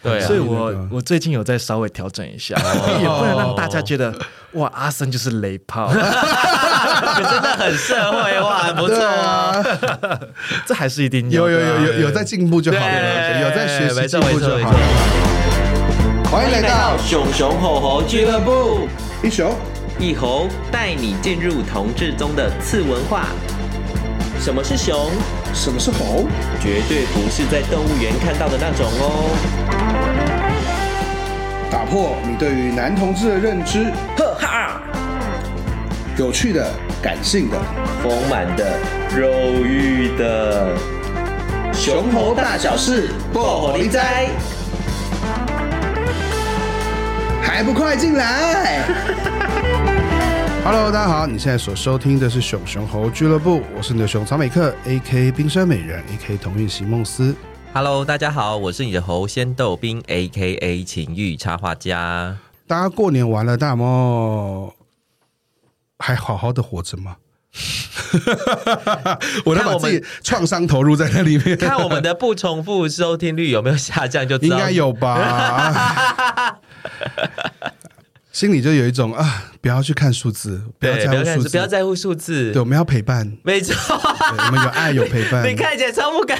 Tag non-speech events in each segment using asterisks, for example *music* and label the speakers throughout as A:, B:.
A: 对啊
B: 所以
C: 那个哦
B: 我我最近有在稍微调整一下，也不能让大家觉得哇，阿森就是雷
A: *laughs*
B: 炮，
A: 你真的很社
B: *laughs*
A: 会化，不
C: 对
A: 错
C: 啊
A: 啊。，
B: 这还是一定啊
C: 有有
B: 的啊
C: 有有有在进步就好了，
A: 对
C: 有在学习
A: 没
C: 进
A: 错
C: 步就
A: 没错
C: 好
A: 没
C: 了。欢迎来到
A: 熊熊吼吼俱乐部，
C: 一雄，
A: 一猴带你进入同志中的次文化。什么是熊？
C: 什么是猴？
A: 绝对不是在动物园看到的那种哦。
C: 打破你对于男同志的认知，
A: 呵哈，
C: 有趣的、感性的，
A: 丰满的，肉欲的，
C: 熊猴大小事
A: 爆火力哉！
C: 还不快进来 *laughs* ！Hello，大家好，你现在所收听的是熊熊猴俱乐部，我是你的熊草美克，A.K. 冰山美人，A.K. 同运席梦思。
A: Hello，大家好，我是你的猴仙豆兵，A.K.A 情欲插画家。
C: 大家过年完了，大猫还好好的活着吗？
A: *laughs*
C: 我都
A: 看
C: 把
A: 我们
C: 自己创伤投入在那里面，
A: 看我们的不重复收听率有没有下降，就
C: *laughs*
A: 知
C: 应
A: 道
C: 该有吧？
A: *laughs*
C: 心里就有一种啊，不要去看数字，不要
A: 对，
C: 在
A: 不要
C: 乎
A: 看
C: 数字，
A: 不要在乎数字
C: 对，，我们要陪
A: *laughs*
C: 伴，
A: 没错。
C: 对我们有爱有陪伴
A: 你。看起来超不敢。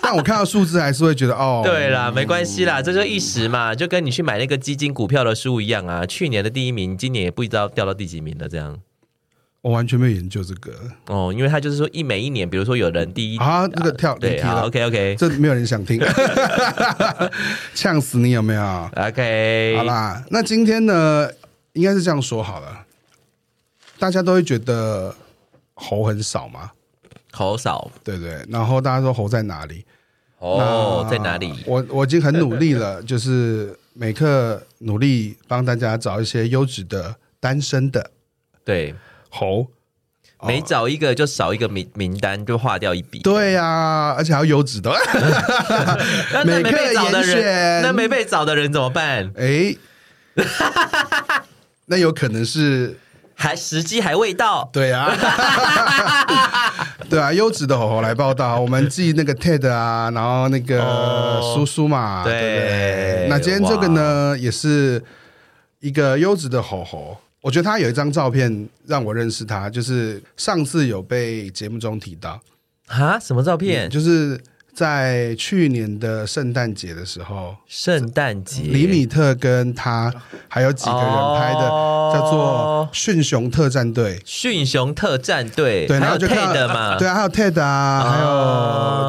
C: 但我看到数字还是会觉得哦，
A: 对啦，没关系啦，这就一时嘛，就跟你去买那个基金股票的书一样啊。去年的第一名，今年也不知道掉到第几名了，这样。
C: 我完全没有研究这个
A: 哦，因为他就是说一每一年，比如说有人第一，
C: 啊，那个跳离
A: 对
C: 题了
A: 好，OK OK
C: 这没有人想听， *laughs* 呛死你有没有？
A: OK，
C: 好啦，那今天呢，应该是这样说好了，大家都会觉得猴很少嘛，
A: 口少
C: 对不对？然后大家说猴在哪里？
A: 哦，
C: 那
A: 在哪里？
C: 我我已经很努力了， *laughs* 就是每刻努力帮大家找一些优质的单身的
A: 对，
C: 猴。哦
A: 每找一个就少一个名名单，就划掉一笔。
C: 对呀、而且还要优质的。
A: 那那没
C: 每个
A: 被找的
C: 人选
A: 人，那没被找的人怎么办？
C: 哎， *laughs* 那有可能是
A: 还时机还未到，
C: 对
A: *laughs*
C: 啊，对啊，优质的吼吼来报道，我们寄那个 TED 啊，然后那个
A: 哦
C: 叔叔嘛，
A: 对
C: 对不对？那今天这个呢，也是一个优质的吼吼。我觉得他有一张照片让我认识他，就是上次有被节目中提到，
A: 啊？什么照片？
C: 就是在去年的圣诞节的时候，
A: 圣诞节，
C: 李米特跟他还有几个人拍的，
A: 哦
C: 叫做《驯熊特战队》。
A: 驯熊特战队，
C: 对，然
A: 还
C: 后
A: 有
C: 就看到
A: Ted 嘛，
C: 对啊，还有 Ted 啊，
A: 哦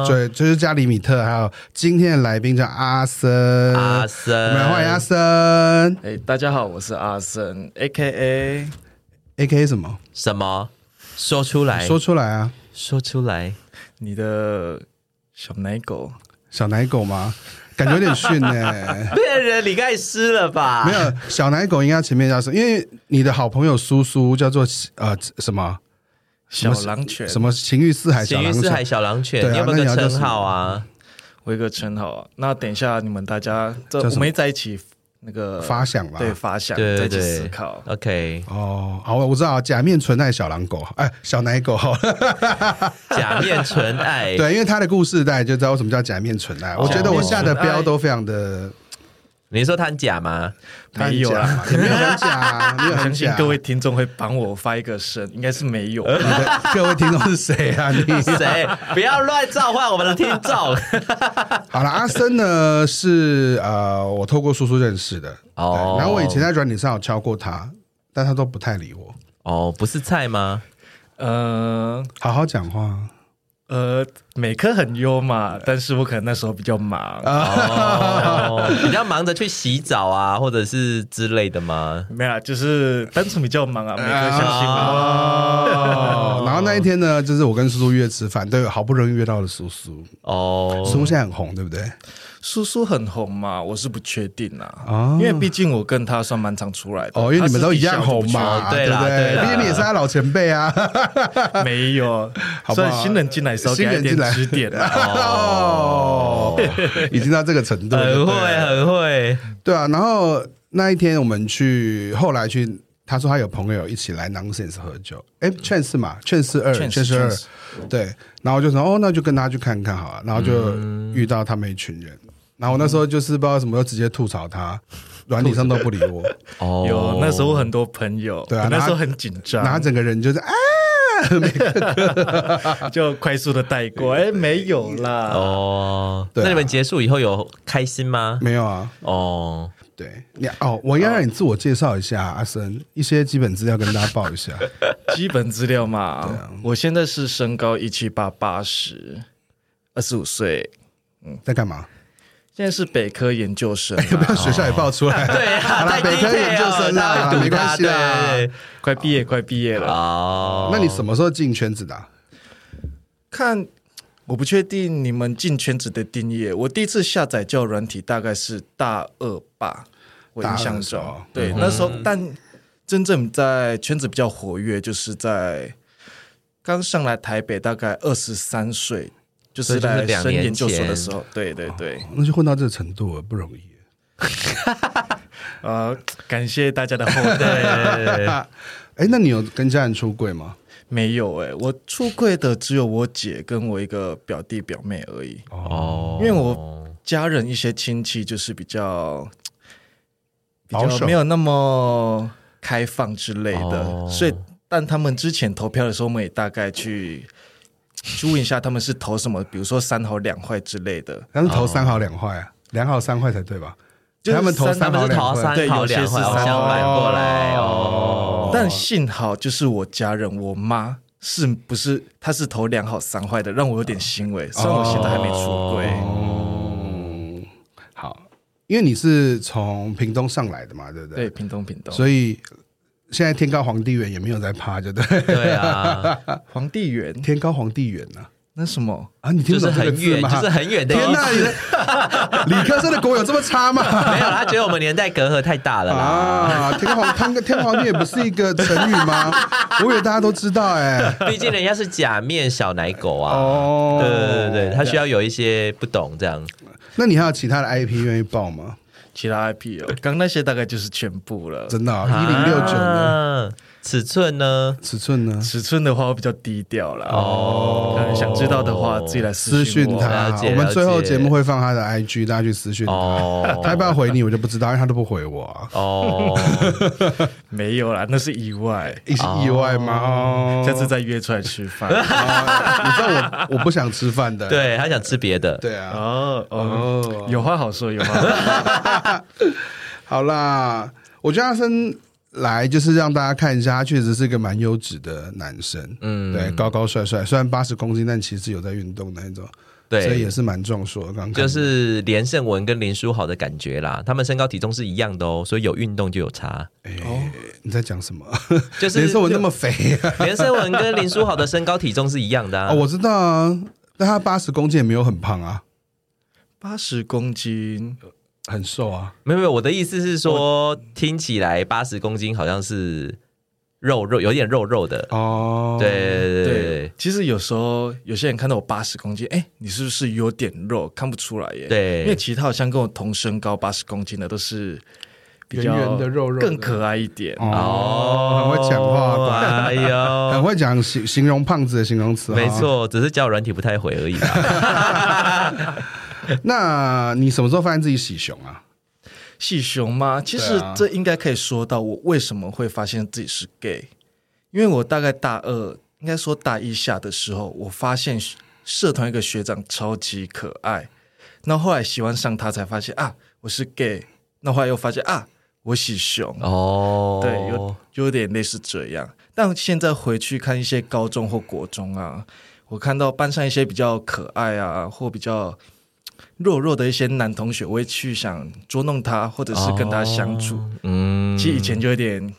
C: 还有对，就是加里米特，还有今天的来宾叫阿森，
A: 阿
C: 啊我
A: 森，
C: 们来欢迎阿森
B: 哎、大家好，我是阿森，A K A
C: ，A K 什么？
A: 什么？说出来，
C: 说
A: 说
C: 出来啊，
A: 出来，
B: 你的小奶狗。
C: 小奶狗吗？感觉有点逊 *laughs* 呢。
A: 骗人，你盖湿了吧？
C: 没，有，小奶狗应该前面叫什么？因为你的好朋友苏苏叫做呃什么
B: 小狼犬，
C: 什么情欲四海小
A: 咸
C: 狼
A: 鱼四海
C: 犬，
A: 小狼犬，
C: 对啊
A: 你有没有
C: 那
A: 个
C: 你要叫
A: 称号啊？
B: 我有一个称号啊。那等一下你们大家，这
C: 叫什么
B: 我们会在一起那个
C: 发想吧
B: 对发想，
A: 对对
B: 在一起
A: 对
B: 思考。
A: ，OK，
C: 哦，好，我知道，假面存在小狼狗，哎，小奶狗好了。
A: 假面纯
C: *laughs*
A: 爱，
C: 对，因为他的故事，大家就知道为什么哦叫假面纯爱。我觉得我下的标都非常的
A: 你说他很假吗？
C: 他很
B: 没有啊啦
C: 假嘛，也没有啊很 *laughs* 假，没
B: 我
C: 有啊很
B: 相信
C: 假。呃
B: 各位听众会帮我发一个声，应该是没有吧。
C: 你的各位听众是谁啊？你
A: 谁？不要乱召唤我们的听众
C: *laughs* 好了，阿森呢是呃，我透过叔叔认识的。
A: 哦
C: 对然后我以前在软体上有敲过他，但他都不太理我。
A: 哦，不是菜
C: *laughs*
A: 吗？
B: 呃
C: 好好讲话
B: 呃，每科很优
C: 呃
B: 嘛，但是我可能那时候比较忙，
C: 啊
A: 哦，比较忙着去洗澡啊，或者是之类的吗？
B: 没啦，就是单纯比较忙
C: 呃
B: 啊，每科相信嘛。
C: 哦。然后那一天呢，就是我跟叔叔约吃饭，对，好不容易约到了叔叔。
A: 哦，
C: 叔叔现在很红，对不对？
B: 叔叔很红嘛，我是不确定啦，
C: 哦
B: 因为毕竟我跟他算蛮常出来的。
C: 哦，因为你们都一样
B: 他私底
C: 红
B: 下
C: 嘛，
A: 哦对
C: 不
A: 啦对
C: 对？
A: 啦
C: 毕竟你也是他老前辈啊。
B: 我就，没有，
C: *laughs* 好不
B: 所
C: 好
B: 以新人进来的时候给
C: 新
B: 他
C: 人
B: 一点
C: 进来
B: 指点啦。
C: 哦， *laughs* 已经到这个程度了，
A: 很
C: 对
A: 会，很会。
C: 对啊。然后那一天我们去，后来去，他说他有朋友一起来 Nonsense 喝酒，
A: 嗯
C: 哎，劝世嘛，劝世 *laughs* 二，
B: 劝世
C: 劝世二
B: 劝世，
A: 嗯
C: 对。然后我就说哦，那就跟他去看看好了。然后就遇到他们一群人，然后我那时候就是不知道什么，就直接吐槽
A: *laughs*
C: 他，软体上都不理我，
A: 哦
B: 有那时候很多朋友，
C: 对啊
B: 我那
C: 拿
B: 时候很紧
C: 然后他
B: 张，
C: 整个人就是啊，
B: 就快速的带过，哎，没有啦，
A: 哦，
C: 对啊
A: 那你们结束以后有开心吗？
C: 没有啊，
A: 哦，
C: 对你哦，我应该让你自我介绍一下，阿森一些基本资料跟大家报一
A: *laughs*
C: 下。
B: 基本资料
A: 啊
B: 嘛。我现在是身高一七八八十，二十五岁，
C: 在干嘛？ *laughs*
B: 现在是北科研究生
A: *laughs*
B: 啊，
C: 不要学校也报出来。
A: 对
C: 好
A: 啊，
C: 啦
A: 太
C: 北科研究生啦
A: 太毒
C: 没关系啦
A: 啊对对
B: 快毕业，快毕业
A: 对
B: 了。
A: 哦，
C: 那你什么时候进圈子的啊？
B: 看，我不确定你们进圈子的定义。我第一次下载交友软体大概是大二吧，我印
C: 大二
B: 象
C: 的时
B: 中
C: 候。
A: 嗯
B: 对，那时候但真正在圈子比较活跃，就是在刚上来台北，大概二十三岁，就
A: 所
B: 是
A: 以就是
B: 来
A: 两
B: 升
A: 年
B: 研究所的
A: 前
B: 时候。对对对，
C: 那就混到这个程度了，不容易。
B: 呃，感谢大家的厚待。
A: *laughs* 哦
C: *laughs* 哎，那你有跟家人出柜吗？
B: 没有哎、我出柜的只有我姐跟我一个表弟表妹而已。
A: 哦，
B: 因为我家人一些亲戚就是比较比
C: 保守
B: 较没有那么开放之类的，
A: 哦
B: 所以但他们之前投票的时候，我们也大概去 *laughs* 去问一下他们是投什么，比如说三好两坏之类的。
C: 他们投三好两坏啊，两好三坏才对吧？
B: 就是
C: 他们投
A: 他
C: 三
A: 们
C: 好两
A: 哦是桃
C: 坏，
A: 三
B: 对
A: 桃
B: 有些
A: 两
B: 是
A: 坏，
B: 三
A: 相反过来
C: 哦
A: 哦。
B: 但幸好就是我家人，我妈是不是她是投两好三坏的，让我有点欣慰。虽然我现在还没出柜，
A: 哦
C: 嗯，好，因为你是从屏东上来的嘛，对不对？
B: 对，屏东屏东，
C: 所以现在天高皇帝远也没有在趴，就对。
A: 对啊，
B: 皇帝园
C: 天高皇帝远呢？
B: 那什么。
C: 啊， *laughs* 你听
A: 就
C: 不
A: 是
C: 懂这个
A: 很
C: 字
A: 远，
C: 吗？
A: 就是很远的意
C: 天哪，
A: 思。
C: 你的理科生的 *laughs* 国有这么差吗？
A: *laughs* 没有，他觉得我们年代隔阂太大了啦。
C: 啊，天皇天天皇帝也不是一个成语
A: *laughs*
C: 吗？我以为大家都知道哎、
A: 毕竟人家是假面小奶狗啊。
C: 哦，
A: 对对对，对他需要有一些不懂这样。
C: 那你还有其他的 IP 愿意报吗？
B: 其他 IP 哦，刚刚那些大概就是全部了。
C: 真的啊、一零六九呢？
A: 啊尺寸呢？
C: 尺寸呢？
B: 尺寸的话，我比较低调啦。
A: 哦
B: 可能想知道的话，自己来
C: 私
B: 讯
C: 讯
B: 我
C: 他啊
A: 了，解
C: 我们最后
A: 了解
C: 节目会放他的 IG，大家去私讯他。
A: 哦
C: 他要不要回你，我就不知道，因为他都不回我、啊， *laughs*
A: 哦，
B: 没有啦，那是意外。
C: 意意外吗？哦，
B: 下次再约出来吃饭。
C: 哦你知道我我不想吃饭的，
A: 对他想吃别的。
C: 对啊，
B: *laughs* 哦哦，有话好说，有话好说。
C: 好啦，我觉得阿森来就是让大家看一下，他确实是一个蛮优质的男生。嗯，对，高高帅帅，虽然八十公斤，但其实有在运动的那种，
A: 对
C: 所以也是蛮壮硕的。刚刚看
A: 就是连胜文跟林书豪的感觉啦，他们身高体重是一样的哦，所以有运动就有差。
C: 哎你在讲什么？
A: 就
C: *laughs*
A: 是
C: 连胜文那么肥啊！
A: 连胜文跟林书豪的身高体重是一样 *laughs* 的
C: *laughs*
A: 啊
C: 哦，。我知道啊，但他八十公斤也没有很胖啊，
B: 八十公斤，
C: 很瘦啊。
A: 没有没有，我的意思是说，听起来八十公斤好像是肉肉，有点肉肉的。
C: 哦，
A: 对，对对对
B: 其实有时候有些人看到我八十公斤，哎，你是不是有点肉？看不出来耶。
A: 对
B: 因为其他好像跟我同身高八十公斤的都是比较
C: 圆圆的肉肉的
B: 更可爱一点。
C: 哦，很会讲话，果然
A: 哎
C: *laughs* 很
A: 呦，
C: 会讲形形容胖子的形容词。
A: 没。错，只是交友软体不太回而已啦。
C: *laughs* 那你什么时候发现自己喜熊啊？
B: 细熊吗？其
C: 对
B: 实
C: 啊
B: 这应该可以说到我为什么会发现自己是 gay，因为我大概大二，应该说大一下的时候，我发现社团一个学长超级可爱，那后来喜欢上他才发现啊我是 gay，那后来又发现啊我喜熊，
A: 哦，
B: 对，有就有点类似这样。但现在回去看一些高中或国中啊，我看到班上一些比较可爱啊，或比较弱弱的一些男同学，我会去想捉弄他，或者是跟他相处。
C: 哦
A: 嗯，
B: 其实以前就有点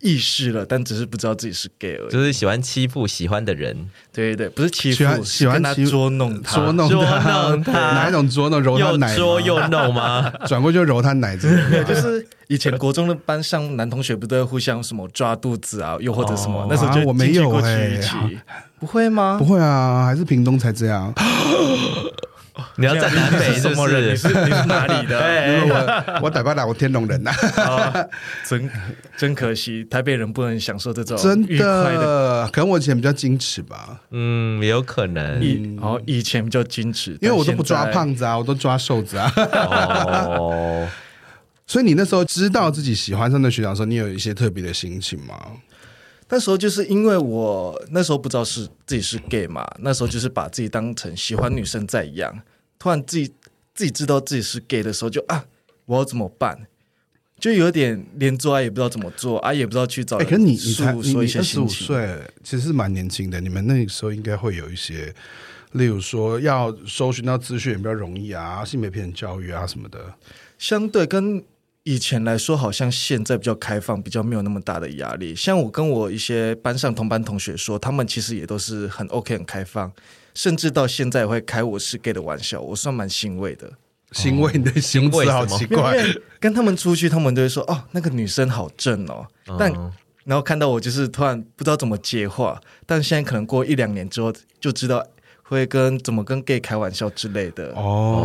B: 意识了，但只是不知道自己是 gay 而已。
A: 就是喜欢欺负喜欢的人，
B: 对对对，不是欺
C: 嗯喜欢
B: 负，
C: 喜欢
B: 是跟
C: 欺
B: 他捉弄他，
C: 捉弄啊他，
A: 捉弄他
C: 哦 *laughs* 哪一种捉弄？揉他
A: 又
C: 奶吗，
B: *laughs*
A: 捉又弄吗？
C: 转过去就揉他奶子，
B: 对，就是以前国中的班上男同学不都会互相什么抓肚子啊，又或者什么，那时候
C: 啊
B: 就
C: 我没
B: 进去
C: 有
B: 过去
C: 欸
B: 一起，不会吗
C: 不？会啊，还是屏东才这样。
A: 你要站南北
B: 你
A: 是
B: 什
A: 不
B: 么人？你是
A: 是？
B: 你是哪里
C: *laughs*
B: 的？
A: 哎，
C: 我我打败打我天龙人呐、啊
B: 真真可惜，台北人不能享受这种
C: 真
B: 愉快的。
C: 的，可能我以前比较矜持吧，
A: 嗯，也有可能
B: 以哦，以前比较矜持，
C: 嗯因为我都不
B: 但
C: 抓
B: 现在
C: 胖子啊，我都抓瘦子
B: *laughs*
C: 啊。 *laughs*
A: 哦。
C: 所以你那时候知道自己喜欢上那学长的时候，你有一些特别的心情吗？
B: 那时候就是因为我那时候不知道是自己是 gay 嘛，那时候就是把自己当成喜欢女生在养。突然自己自己知道自己是 gay 的时候就，啊，我要怎么办？就有点连做爱也不知道怎么做，啊，也不知道去找
C: 哎、
B: 人
C: 可是你你才
B: 诉
C: 你
B: 说一
C: 你
B: 些
C: 二十
B: 心
C: 五
B: 情。
C: 岁，其实是蛮年轻的。你们那个时候应该会有一些，例如说要搜寻到资讯也比较容易啊，性别平等教育啊什么的。
B: 相对跟以前来说，好像现在比较开放，比较没有那么大的压力。像我跟我一些班上同班同学说，他们其实也都是很 OK、很开放，甚至到现在也会开我是 gay 的玩笑，我算蛮欣慰的。
C: 欣慰你的形容
A: 欣慰
C: 词
A: 什
C: 好
A: 么
C: 奇
B: 因
C: 怪，
B: 为跟他们出去，他们都会说：“哦，那个女生好正哦。”但然后看到我，就是突然不知道怎么接话。但现在可能过一两年之后，就知道会跟怎么跟 gay 开玩笑之类的。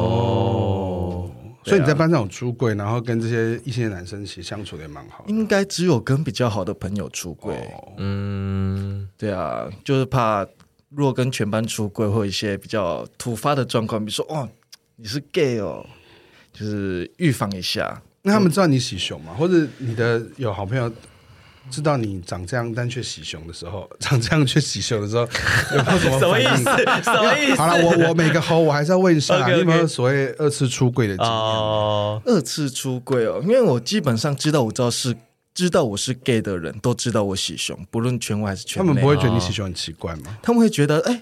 C: 哦。所以你在班上有出柜，然后跟这些异性的男生其实相处的也蛮好的。
B: 应该只有跟比较好的朋友出轨。
A: 哦嗯，
B: 对啊，就是怕如果跟全班出柜，会有一些比较突发的状况，比如说哦，你是 gay 哦，就是预防一下。
C: 那他们知道你喜熊吗？或者你的有好朋友知道你长这样但却喜熊的时候， *laughs* 长这样却喜熊的时候，有没有什么
A: *laughs* 什么
C: 反
A: 意
C: 应？
A: 思？什么意思？
C: 好了，我我每个猴我还是要问一下，
A: OK，OK
C: 你有没有所谓二次出柜的经验？
A: 哦，
B: 二次出柜哦，因为我基本上知道我知道是知道我是 gay 的人都知道我喜熊，不论圈外还是圈
C: 他
B: 内，
C: 们不会觉得你喜熊很奇怪吗？
B: 他们会觉得哎。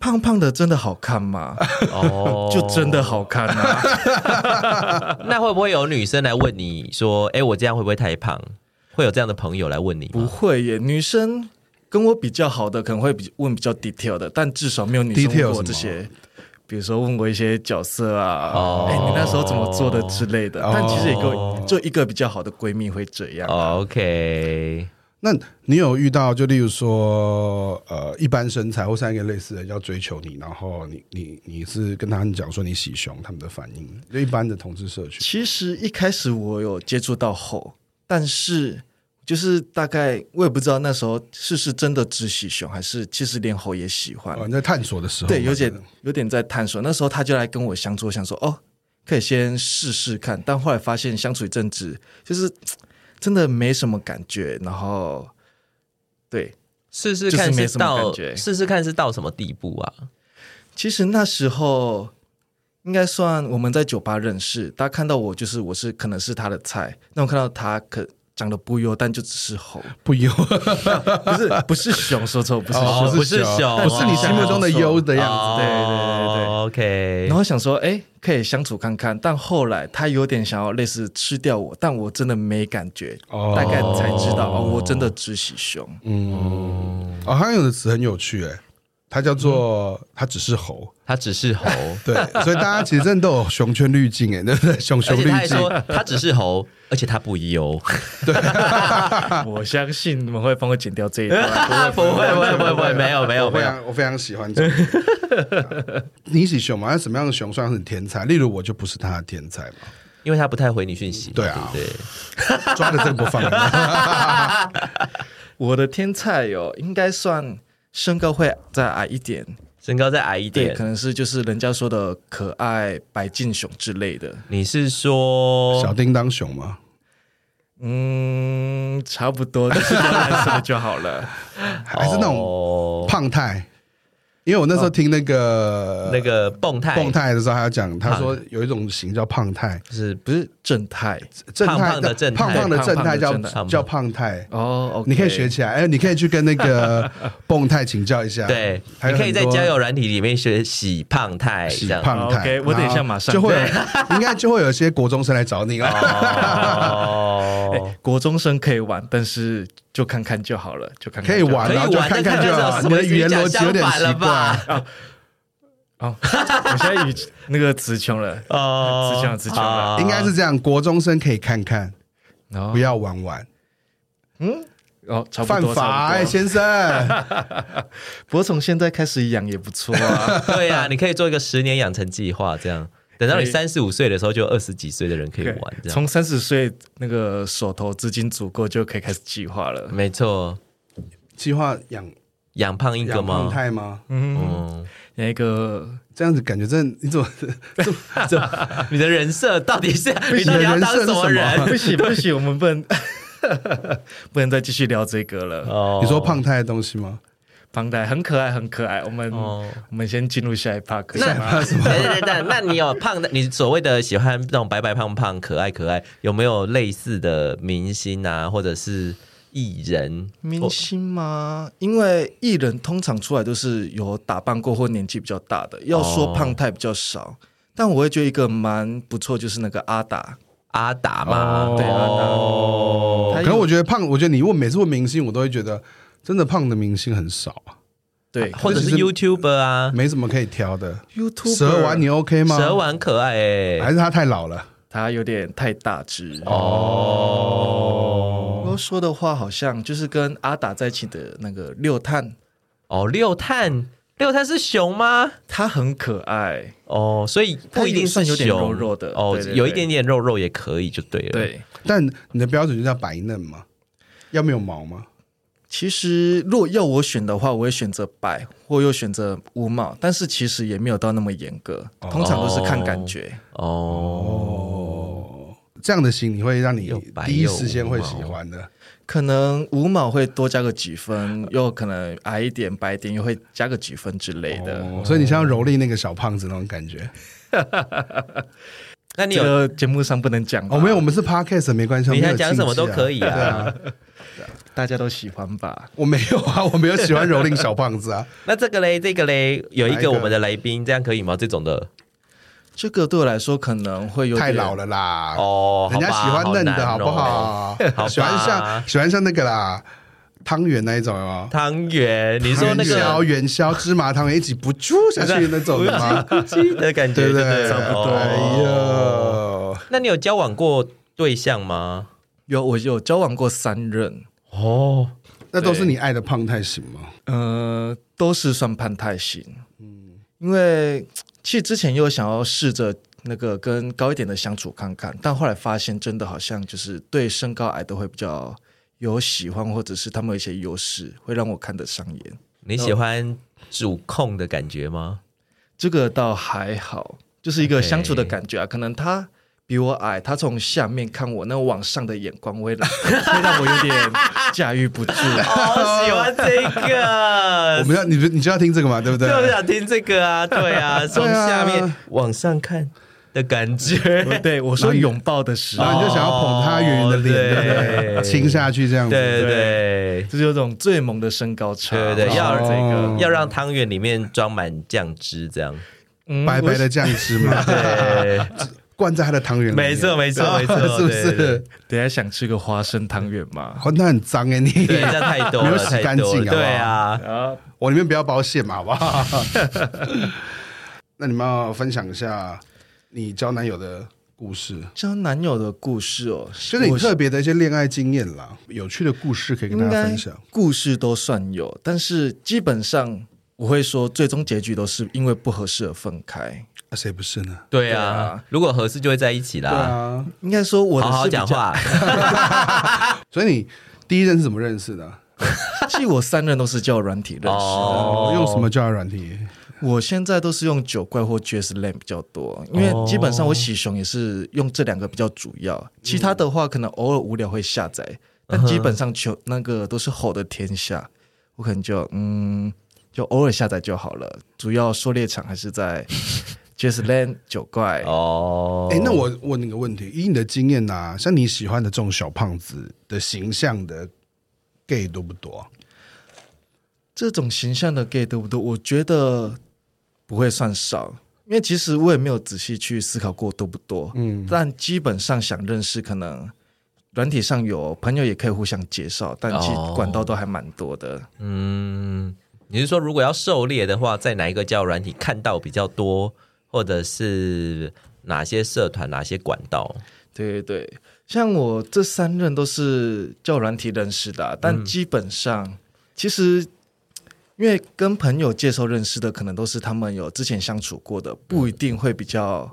B: 胖胖的真的好看吗？
A: 哦
B: 就真的好看啊！
A: 那会不会有女生来问你说：“哎、我这样会不会太胖？”会有这样的朋友来问你
B: 不
A: 吗？
B: 会
C: 啊
B: 耶，女生跟我比较好的可能会比问比较 detail 的，但至少没有女生
C: detail
B: 问我这
C: 什
B: 些，比如说问我一些角色啊，哎、
A: 哦
B: 你那时候怎么做的之类的。
C: 哦
B: 但其实也个就一个比较好的闺蜜会这样。
A: 哦 OK，
C: 那你有遇到就例如说，呃，一般身材或三个类似的人要追求你，然后你你你是跟他们讲说你喜熊，他们的反应就一般的同志社群
B: 其实一开始我有接触到后，但是就是大概我也不知道那时候是是真的只喜熊，还是其实连猴也喜欢。
C: 哦，你在探索的时候嘛，
B: 对，有点有点在探索。那时候他就来跟我相处，我想说哦，可以先试试看。但后来发现相处一阵子，就是嘖真的没什么感觉。然后，对，
A: 试试
B: 就是
A: 看
B: 没
A: 是
B: 什么
A: 到
B: 感觉
A: 试试看是到什么地步啊？
B: 其实那时候应该算我们在酒吧认识，他看到我就是我是可能是他的菜，那我看到他可。长得不优，但就只是猴，
C: 不优，
B: 不是不是熊，说错，不是熊。
A: 哦不是熊
C: 哦不是你心目中的优的样子。
B: 对对对对
A: 哦 OK，
B: 然后想说，哎，可以相处看看，但后来他有点想要类似吃掉我，但我真的没感觉，
C: 哦
B: 大概才知道哦，我真的只喜熊。
C: 嗯，哦，他有的词很有趣，哎，它叫做“他只是猴
A: 他只是
B: *laughs*
A: 猴，”，
C: 对，所以大家其实真的都有熊圈滤镜，哎，对不对？熊
A: 而
C: 熊
A: 且
C: 滤
A: 他还
C: 镜，
A: 说他只是猴，而且他
B: *laughs*
A: 不优。
B: *laughs* 我相信你们会帮我剪掉这一段。
A: 不会不会不会不会，没有没有
C: 我
A: 没
C: 非
A: 有。
C: 常我非常喜欢这个。啊 *laughs* 你喜熊吗？那什么样的熊算是你天才？例如我就不是他的天才嘛，
A: 因为他不太回你讯息嘛，
C: 对啊
A: 对不对？
C: 抓着这个不
B: *laughs*
C: 放。*laughs*
B: 我的天菜哟、应该算身高会再矮一点，
A: 身高再矮一
B: 对，
A: 点
B: 可，能是就是人家说的可爱白净熊之类的。
A: 你是说
C: 小叮当熊吗？
B: 嗯，差不多，就是不要蓝色的就好了。
C: 还是那种
A: 哦
C: 胖太？因为我那时候听哦那个
A: 那个蹦态
C: 蹦太的时候，还要讲，他说有一种型叫胖太，
A: 是
B: *laughs* 不是正太
C: 正太
A: 胖胖的正太
C: 胖胖的正太叫
B: 胖胖的
A: 正太
C: 叫胖太。
B: 哦，OK
C: 你可以学起来，哎，你可以去跟那
A: *laughs*
C: 个蹦太请教一下。
A: 对，
C: 啊还
A: 你
C: 有
A: 可以在
C: 很多
A: 交友软体里面学洗胖态，
C: 喜
A: 哎这样
C: 胖太。
B: OK，我等一下马上
C: 就会有， *laughs* 应该就会有一些国中生来找你了。
A: 哦，
B: 哎国中生可以玩，但是就看看就好了，就看看
C: 可以
B: 就好
C: 玩
A: 可以
C: 哎然后就
A: 玩，
C: 看
A: 但
C: 看就好
A: 是什么
C: 你的语言
A: 讲
C: 逻辑有点
A: 相反了
C: 奇
A: 吧？
B: 哦，我现在语那个词穷了，
A: 哦，
B: 词穷了词穷了
C: *laughs* 啊
A: 哦
C: 应该是这样，国中生可以看看，
B: 然后
C: 不要玩玩。
B: 嗯，哦，差不
C: 犯
B: 多，
C: 法、
B: 差不
C: 哎，
B: 多。
C: 先生。
A: *laughs*
B: 不过从现在开始养也不错啊。
A: *laughs* 对呀、你可以做一个十年养成计划，这样等到你
B: 可以
A: 三十五岁的时候，就有二十几岁的人 *laughs* 可以玩，这样
B: 从三十岁那个手头资金足够，就可以开始计划了。
A: 没错。
C: 计划养
A: 养胖一个
C: 养胖
A: 吗？
C: 态吗？
A: 嗯，
B: 那
A: *laughs*
B: 个
C: 这样子感觉真的，你怎么这么这么
A: 你的人设到底
C: *laughs*
A: 是你到底要当什么
C: 你的人设是什 *laughs*
A: 人？
B: 不行不行，我们不能 *laughs* 不能再继续聊这个了。
A: 哦
C: 你说胖态的东西吗？
B: 庞太很可爱，很可爱。我们、
A: 哦
B: 我们先进入下一 part。*laughs*
A: 那对对对对，那你有胖的，你所谓的喜欢那种白白胖胖、可爱可爱，有没有类似的明星啊，或者是艺人？
B: 明星吗？因为艺人通常出来都是有打扮过或年纪比较大的，要说胖态比较少。但我会觉得一个蛮不错，就是那个阿达，
A: 阿达吗？
B: 对阿达
A: 哦
B: 他
C: 可
B: 有
C: 能我觉得胖，我觉得你问每次问明星，我都会觉得真的胖的明星很少啊，
B: 对
A: 或者是 YouTuber 啊，
C: 没什么可以挑的。
B: ，YouTube
C: 蛇丸你 OK 吗？
A: 蛇丸可爱
C: 还
A: 哎，
C: 是他太老了？
B: 他有点太大只
A: 哦
C: 哦
B: 我要说的话好像就是跟阿达在一起的那个六探，
A: 哦，六探，六探是熊吗？
B: 他很可爱，
A: 哦，所以不一定是
B: 它也算有点
A: 熊
B: 肉肉的
A: 哦
B: 对对，对
A: 有一点点肉肉也可以，就对了。，
B: 对。
C: 但你的标准就叫白嫩吗？要没有毛吗？
B: 其实，若要我选的话，我会选择白，或又选择无帽。但是其实也没有到那么严格，
C: 哦
B: 通常都是看感觉。
A: 哦，
C: 这样的型你会让你
A: 又白
C: 第一
A: 又
C: 时间会喜
A: 无毛
C: 欢的。哦
B: 可能无帽会多加个几
C: *laughs*
B: 分，又可能矮一点、白一点，又会加个几分之类的。
C: 哦所以你像蹂躏那个小胖子那种感觉。
A: 啊那你
B: 这
A: 有
B: 个节目上不能讲吧
C: 哦，没有，我，们是 podcast 没关系，
A: 你
C: 我们有
A: 想讲
C: 禁
A: 什么都
C: 忌啊
A: 可以啊
C: 对
B: *laughs*
C: 啊，
B: 大家都喜欢吧？
C: 我没有啊，我没有喜欢蹂躏小胖子啊。
A: *laughs* 那这个嘞，这个嘞，有一
C: 哪一个
A: 个我们的来宾，这样可以吗？这种的
B: 这个对我来说可能会有
C: 太
B: 点
C: 老。了啦，
A: 哦，
C: 啊人家喜欢嫩的好
A: 好吧哦
C: 不？好？
A: *laughs* 好吧
C: 喜欢像喜欢像那个啦，汤圆那一种哦。
A: 汤圆，你说那
C: 元宵、
A: 个
C: 元宵、芝麻汤圆一起不住下去那种的
A: *laughs*
C: 吗？
A: 鸡的感觉，
C: *laughs* 对不哎对？
A: 对了哦
C: 哎呦，
A: 那你有交往过对象吗？
B: 有，我有交往过三任，
A: 哦，
C: 那都是你爱的胖太型吗？
B: 呃，都是算判太型。嗯，因为其实之前又想要试着那个跟高一点的相处看看，但后来发现真的好像就是对身高矮都会比较有喜欢，或者是他们有一些优势，会让我看得上眼。
A: 你喜欢主控的感觉吗？
B: 这个倒还好，就是一个
A: OK
B: 相处的感觉啊。可能他比我矮，他从下面看我，那往上的眼光会让 *laughs* 会让我有点驾驭
C: *laughs*
B: 不住。
A: 哦，喜欢这
C: 我
A: 个，
C: 们要你你就要听这个嘛，对不对？
A: 就想听这个呃啊，对啊，从
C: *laughs* 对啊
A: 下面往上看的感觉。
B: 我对我说拥抱的时
C: 然
B: 候
C: 后。你就想要捧他圆圆的脸，
A: 哦
C: 对 *laughs* 不对？
A: 对
C: 亲下去这样子，
A: 对对
B: 就是有种最萌的身高差，
A: 对对对，要
B: 这个
A: 要让汤圆里面装满酱汁，这样。
B: 嗯
C: 白白
B: 我
C: 的酱汁嘛，
A: 嗯对，
C: *laughs* 灌在他的汤圆里面。
A: 没错没错没错，
C: *laughs* 是不
A: 对对
C: 是？
B: 等一下想吃个花生汤圆嘛？
C: 哦，那很脏 *laughs* 哎，你
A: 对，这样太多
C: 没有
A: 了，
C: 洗
A: 太
C: 干
A: 多
C: 净
A: 了。
C: 好不好
A: 对啊，
B: 啊，
C: 我里面不要保险嘛，好不好？ *laughs* 那你们要分享一下你交男友的故事，
B: 交男友的故事哦，
C: 就是你
B: 我
C: 特别的一些恋爱经验啦，有趣的故事可以跟大
B: 应
C: 家
B: 该
C: 分享。
B: 故事都算有，但是基本上我会说，最终结局都是因为不合适而分开。
C: 啊谁不是呢？
A: 对啊
B: 啊，
A: 如果合适就会在一起
C: 对
A: 啦。
C: 啊，
B: 应该说我的
A: 好好
B: 是比较
A: 讲，话，
C: 所以你第一任是怎么认识的？
B: *laughs* 其实我三任都是叫软体认识的，
A: 哦
C: 呃用什么交友软体？
B: 我现在都是用九怪或 JS Lam 比较多，因为基本上我喜熊也是用这两个比较主要，其他的话可能偶尔无聊会下载，但基本上求那个都是吼的天下，我可能就嗯就偶尔下载就好了，主要狩猎场还是在 JS Lam 九怪。
A: *laughs* 哦，
C: 哎、那我问你个问题，以你的经验呐、像你喜欢的这种小胖子的形象的 gay 多不多啊？
B: 这种形象的 gay 对不对？我觉得不会算少，因为其实我也没有仔细去思考过多不多，嗯，但基本上想认识，可能软体上有朋友也可以互相介绍，但其实
A: 哦
B: 管道都还蛮多的。
A: 嗯，你是说如果要狩猎的话，在哪一个交友软体看到比较多，或者是哪些社团、哪些管道？
B: 对对对，像我这三任都是教软体认识的啊、
C: 嗯
B: 但基本上、其实因为跟朋友介绍认识的，可能都是他们有之前相处过的，不一定会比较。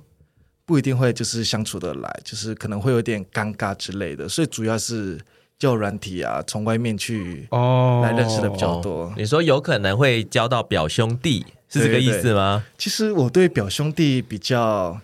B: 不一定会就是相处的来，就是可能会有点尴尬之类的，所以主要是教软体啊，从外面去
C: 哦，
B: 来认识的比较多。
A: 你说有可能会交到表兄弟，是这个意思吗？
B: 其实我对表兄弟比较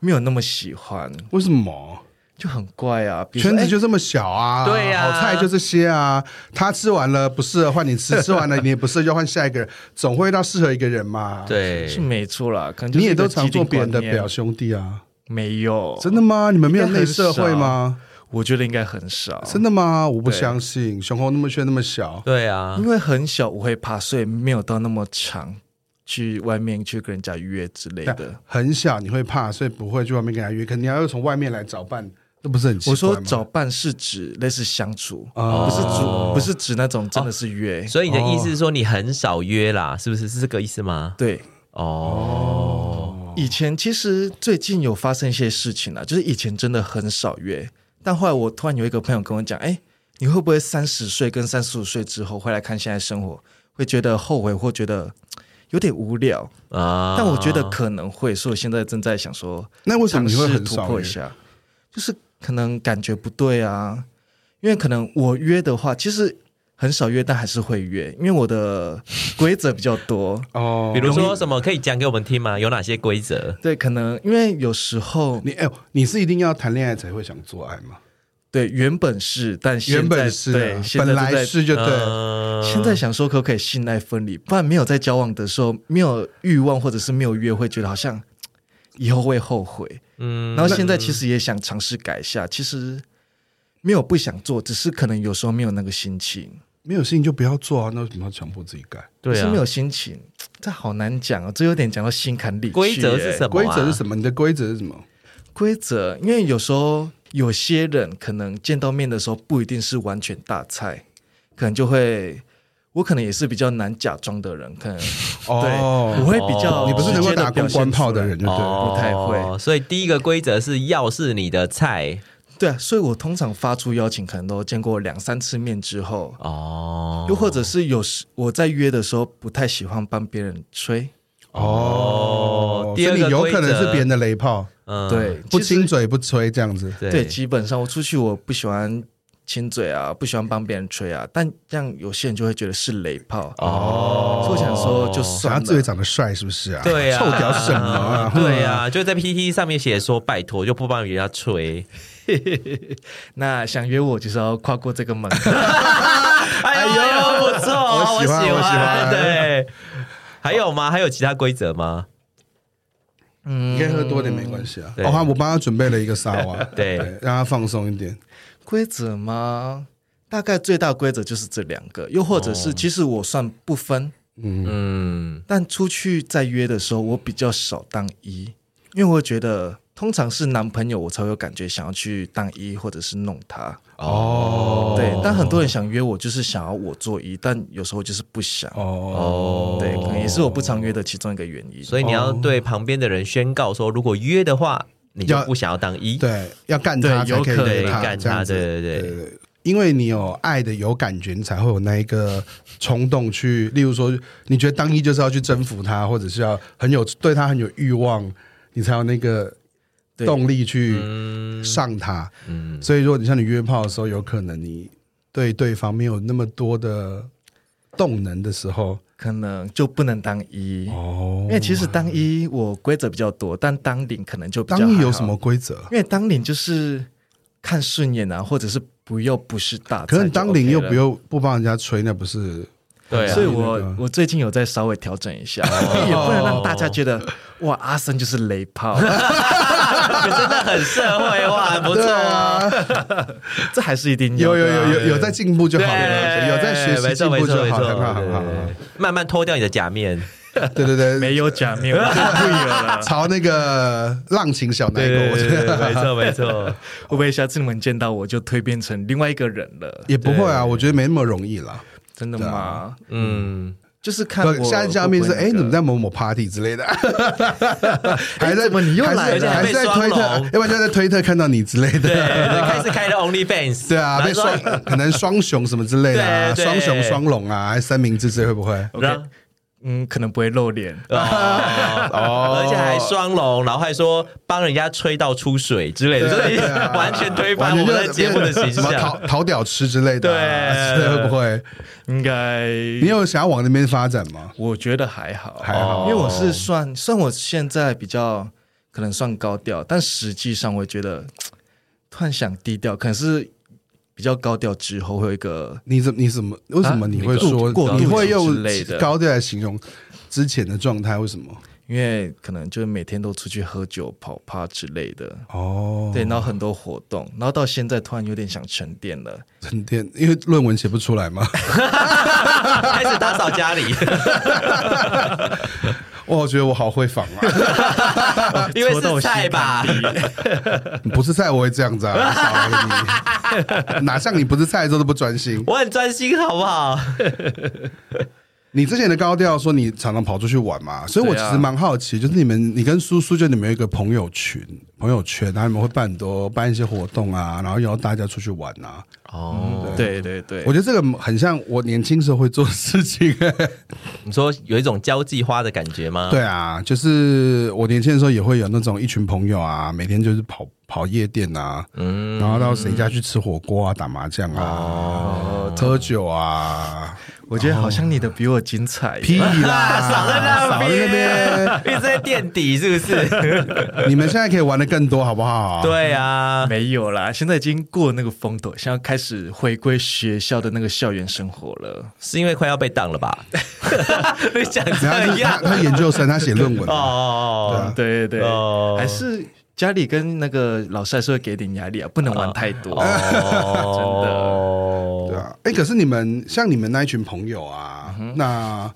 B: 没有那么喜欢，
C: 为什么？
B: 就很怪啊。比如说
C: 圈子
B: 哎
C: 就这么小啊，
A: 对呀
C: 好菜就这些啊。他吃完了不适合换
B: *laughs*
C: 你吃，吃完了你也不适合就换下一个人，总会遇到适合一个人嘛。，
A: 对，
B: 哦哎是没错啦，可能就是
C: 你也
B: 一个
C: 都常
B: 既定
C: 做别人的
B: 观念哦
C: 表兄弟啊，
B: 没有，
C: 真的吗？你们没有内社会吗？
B: 我觉得应该很少，
C: 真的吗？我不
B: 哦对
C: 相信，熊猴那么圈那么小，
A: 对啊
B: 因，为很小我会怕，所以没有到那么长去外面去跟人家约之类的。
C: 很小你会怕，所以不会去外面跟他约，肯定要从外面来找伴，那不是很奇怪
B: 我说
C: 吗
B: 找伴是指类似相处，
C: 哦
B: 不是指不是指那种真的是约。
A: 所以你的意思是说你很少约啦，是不是？是这个意思吗？
B: 对，
A: 哦，
B: 以前其实最近有发生一些事情啊，就是以前真的很少约，但后来我突然有一个朋友跟我讲，哎，你会不会三十岁跟三十五岁之后回来看现在生活，会觉得后悔或觉得嘖有点无聊？
A: 啊，
B: 但我觉得可能会，所以我现在正在想说，
C: 那为什么你会
B: 尝试
C: 很
B: 突
C: 少
B: 破一
C: 约？
B: 下？就是可能感觉不对啊，因为可能我约的话，其实很少约，但还是会约，因为我的规则比较
C: *laughs*
B: 多。
C: 哦
A: 比如说什么可以讲给我们听吗？有哪些规则？
B: 对，可能因为有时候
C: 你哎呦，你是一定要谈恋爱才会想做爱吗？
B: 对原本是，但现在
C: 原本是
B: 对
C: 啊，，
B: 现在
C: 本
B: 正在
C: 来是就对。
A: 嗯
B: 现在想说可不可以信赖分离？不然没有在交往的时候，没有欲望或者是没有约会，觉得好像嘖以后会后悔。
A: 嗯
B: 然后现在其实也想尝试改一下，其实没有不想做，只是可能有时候没有那个心情，
C: 没有事情就不要做啊，那为什么要强迫自己改？
A: 对
B: 是
A: 啊
B: 没，有心情，嘖这好难讲哦，这有点讲到心坎里去耶。
A: 规则是什么啊？
C: 规则是什么？你的规则是什么？
B: 规则，因为有时候有些人可能见到面的时候不一定是完全大菜，可能就会。我可能也是比较难假装的人，
A: *laughs*
B: 可能对，我会比较
A: 哦
C: 你不是能够打公关炮的人，，就对了。
A: 哦，
B: 不太会。
A: 所以第一个规则是，要是你的菜
B: 对啊，所以我通常发出邀请，可能都见过两三次面之后，
A: 哦，
B: 又或者是有时我在约的时候不太喜欢帮别人吹，
A: 哦
C: 所
A: 第二
C: 以
A: 个
C: 你有可能
A: 规则
C: 是别人的雷炮，
A: 嗯
B: 对，
C: 不
B: 其实
C: 亲嘴不吹这样子。
B: 对，基本上我出去我不喜欢亲嘴啊，不喜欢帮别人吹啊，但这样有些人就会觉得是雷炮，
A: 哦
B: 所以我想说就
C: 想要
B: 算
C: 自己
B: 了。
C: 长得帅是不是啊？
A: 对啊，
C: 臭屌什么啊？
A: 对啊，就在 PPT 上面写说，拜托就不帮人家吹。
B: 那想约我就是要跨过这
A: *laughs*
B: 个门，
A: 哎呦，不错，
C: 我喜
A: 喜
C: 欢我喜欢
A: 对，还有吗？还有其他规则吗？
C: 嗯，你可以喝多点没关系啊。
A: 对
C: 我我帮他准备了一个沙瓦，
A: 对
C: 让他放松一点。
B: 规则吗？大概最大规则就是这两个，又或者是
A: 哦
B: 其实我算不分，
C: 嗯，
A: 嗯，
B: 但出去再约的时候，我比较少当一，因为我觉得通常是男朋友我才会有感觉想要去当一或者是弄他。
C: 哦，
B: 对，但很多人想约我，就是想要我做一，但有时候就是不想。
C: 哦，
B: 对，可能也是我不常约的其中一个原因。
A: 所以你要对旁边的人宣告说，如果约的话，你就
C: 要
A: 不想要当一。
C: 对，要干他才可以
B: 对有可能
A: 对
C: 约他，
A: 干
C: 这样
A: 他，
C: 子
A: 对对对，
C: 因为你有爱的有感觉，你才会有那一个冲动去，例如说，你觉得当一就是要去征服他，或者是要很有对他很有欲望，你才有那个
B: 对
C: 动力去上他。
A: 嗯，
C: 所以，如果你像你约炮的时候，有可能你对对方没有那么多的动能的时候，
B: 可能就不能当一，
C: 哦
B: 因为其实当一我规则比较多，但当零可能就比较
C: 当一有
B: 还好
C: 什么？规则？
B: 因为当零就是看顺眼啊，或者是不要不是大菜就
C: 可
B: OK 了，
C: 能当零又不用不帮人家吹，那不是
A: 对啊
B: 所以
C: 那个哦
B: 我我最近有在稍微调整一下， *laughs* 也不能让大家觉得哇，阿森就是雷
C: *laughs*
B: 炮，
A: 你真的 *laughs* 很社会化，不错
C: 对啊。
B: 这还是一定
C: 有有
B: 的啊
C: 有有有在进步就好了，
A: 对，
C: 有在学习
A: 没
C: 进
A: 错没
C: 步
A: 错
C: 就
A: 没
C: 好，
A: 错，
C: 很好
A: 对
C: 很好。
A: 对
C: 很
A: 对慢慢脱掉你的假面，
C: 好对对对，
B: 没有假
C: *laughs*
B: 面，我真的不有
A: *laughs*
B: 了。
C: 朝那个浪琴小奶狗，
A: 对对
C: 我
A: 对
C: 觉 *laughs*
A: 对，
C: 得
A: 对没错没错，
B: 会不会下次你们见到我就蜕变成另外一个人了？
C: 也不会啊，我觉得没那么容易啦。
B: 真的
C: 对
B: 吗？
A: 嗯，
B: 就是看
C: 不
B: 我
C: 下下面是
B: 会不会
C: 哎，
B: 那个哎
C: 你们在某某 party 之
B: *laughs*
C: 类的，还在
B: 怎么你又
C: 还是
B: 来了
C: 还是在
A: 而且
C: 推
A: 还
C: 特，
A: 被双龙
C: 要不然就在推特看到你之类
A: 对，对
C: 的。
A: 开始开了 OnlyFans，
C: *laughs* 对啊，被
A: 然后
C: 双可能双雄什么之类的啊，
A: 对对
C: 双雄双龙啊，还是三明治之类会不会？
A: 然后
B: 嗯，可能不会露脸。
A: 哦，而且还双龙，然后还说帮人家吹到出水之类的，所以
C: 对啊
A: *laughs* 完全推翻
C: 完
A: 我
C: 全
A: 们
C: 就
A: 的节目的形
C: 什么
A: 象
C: 讨。讨屌吃之类的啊，
A: 对
C: *laughs* 会不会？
B: 应该
C: 你有想要往那边发展吗？
B: 我觉得还好，
C: 还好
B: 因为我是算算我现在比较可能算高调，但实际上我觉得突然想低调，可能是比较高调之后会有一个
C: 你怎你怎么为什么你会说、
B: 啊过
C: 你
B: 过
C: 会
B: 度
C: 用
B: 之类的
C: 高调来形容之前的状态？为什么？
B: 因为可能就是每天都出去喝酒、跑趴之类的，
C: 哦，
B: 对，然后很多活动，然后到现在突然有点想沉淀了，
C: 沉淀，因为论文写不出来嘛。
A: 开始打扫家里，
C: 哇我觉得我好会仿啊，
A: 因为是菜吧？
C: 你 *laughs* 不是菜我会这样子啊，少了你哪像你不是菜的时候都不专心。
A: 我很专心，好不好？
C: 你之前的高调说你常常跑出去玩嘛，所以我其
B: 对啊
C: 实蛮好奇，就是你们你跟苏苏就你们有一个朋友群，朋友圈，然后你们会办很多办一些活动啊，然后邀大家出去玩啊。
A: 哦，
B: 对对对
C: 我，觉得这个很像我年轻时候会做的事情、欸
A: 你说有一种交际花的感觉吗？
C: 对啊，就是我年轻的时候也会有那种一群朋友啊，每天就是跑跑夜店啊，嗯，然后到谁家去吃火锅啊、打麻将啊、
A: 哦
C: 喝酒
A: *laughs*
C: 啊，
B: 我觉得好像你的比我精彩耶，
C: 屁
B: *laughs*
C: 啦，
A: 少在那
C: 少在那边
A: 边， *laughs* 一直在垫底，是不 *laughs* 是？
C: 你们现在可以玩的更多，好不好？，
A: 对啊，
B: 没有啦，现在已经过那个风头，现在开始回归学校的那个校园生活了。
A: 是因为快要被当了 *laughs* 吧？你想
C: 然后
A: 这
C: 他
A: 样
C: 他他研究生，他写论文啊，
A: 哦？
B: 对对对，
A: 哦
B: 还是家里跟那个老师还是会给点压力啊，不能玩太多。
C: 啊
A: 哦，嗯
C: 对啊，哎、可是你们像你们那一群朋友啊，那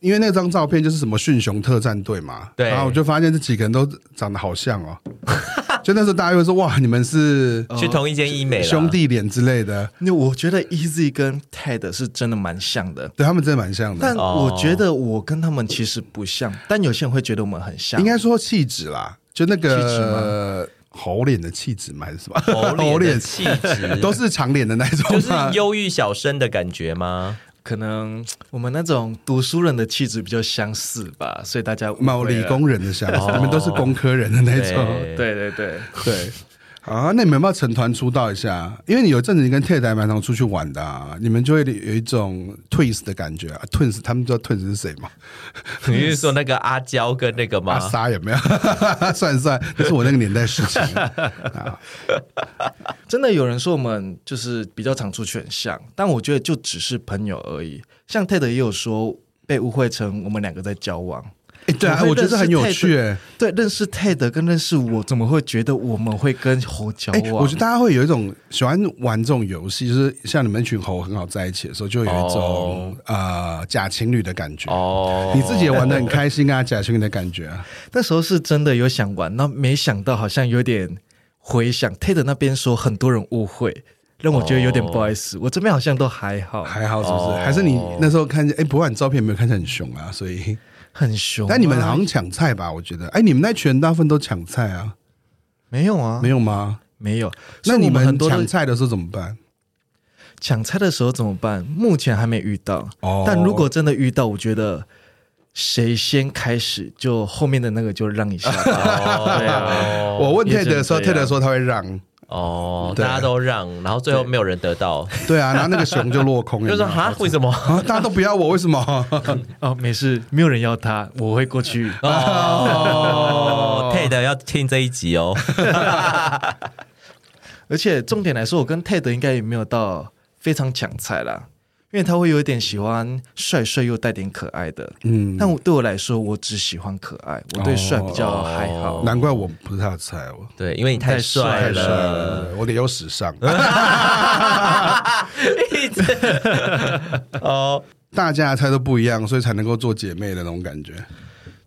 C: 因为那张照片就是什么驯熊特战队嘛，
A: 对
C: 然后我就发现这几个人都长得好像哦， *laughs* 就那时候大家会说哇，你们是
A: 去同一间医美啦
C: 兄，弟脸之类的，
B: *laughs* 那我觉得 Easy 跟 Ted 是真的蛮像的，
C: 对他们真的蛮像的
B: 但，我觉得我跟他们其实不像，但有些人会觉得我们很像。
C: 哦应该说气质啦，就那
B: 气质
C: 个猴脸的气质嘛，还是什么
A: 猴脸的哦气 *laughs* 质
C: 都是长脸的那种啊
A: 就是
C: 嘛，
A: 忧郁小生的感觉吗？
B: 可能我们那种读书人的气质比较相似吧，所以大家误会了
C: 某理。工人的像，你们都是工科人的那种。
A: 哦对
B: 对对对，
C: 对。啊，那你们要不要成团出道一下？因为你有阵子你跟 Ted 还蛮常出去玩的、啊，你们就会有一种 twins 的感觉啊。twins 他们知道 twins 是谁吗？
A: 你是说那个阿娇跟那个
C: 阿
A: 吗？
C: 莎有没有？ *laughs* 算一算，那是我那个年代事情。啊
B: 真的有人说我们就是比较常出去很像，但我觉得就只是朋友而已。像 Ted 也有说被误会成我们两个在交往，
C: 哎对啊，
B: 我会
C: 我觉得这很有趣、欸。
B: 对，认识 Ted 跟认识我，怎么会觉得我们会跟啊猴交
C: 哎、
B: 往？
C: 我觉得大家会有一种喜欢玩这种游戏，就是像你们一群猴很好在一起的时候，就有一种、呃假情侣的感觉。
A: 哦
C: 你自己也玩的很开心啊，假情侣的感觉啊。
B: 那时候是真的有想玩，那没想到好像有点回想 Ted 那边说很多人误会，让我觉得有点不好意思。我这边好像都哦还好，
C: 还好是不是？
A: 哦
C: 还是你那时候看见？哎、不过你照片有没有看起来很凶啊，所以。
B: 很凶啊、
C: 哎但你们好像抢菜吧？我觉得，哎，你们那群人大部分都抢菜啊，
B: 没有啊？
C: 没
B: 有
C: 有吗？
B: 没有。
C: 那
B: 所以
C: 你
B: 我们
C: 们
B: 很多
C: 抢
B: 都
C: 菜的时候怎么办？
B: 抢菜的时候怎么办？目前还没遇到。
C: 哦
B: 但如果真的遇到，我觉得谁先开始，就后面的那个就让一下吧。对啊，
C: 我问
B: 也
C: Ted 的时候
B: 只能这
C: ，Ted
B: 样
C: 说他会让，
A: 哦，
C: 对
A: 大家都让，然后最后没有人得到，
C: 对啊，然后那个熊就落空，
B: *laughs*
C: 有没有
A: 就说哈，为什么？
C: 啊，大家都不要我，为什么？
B: *laughs* 哦，没事，没有人要他，我会过 *laughs* 去。
A: 哦，Ted 要听这一集哦，
B: 而且重点来说，我跟 Ted 应该也没有到非常抢菜啦，因为他会有一点喜欢帅帅又带点可爱的。
C: 嗯，
B: 但我对我来说，我只喜欢可爱，我对帅比较还好。
C: 难怪我不是他的菜，我
A: 对，因为你太帅
C: 太帅
A: *laughs* 了，
C: 了，我得有时尚。
B: 呃
A: 一直哦，
C: 大家的菜都不一样，所以才能够做姐妹的那种感觉。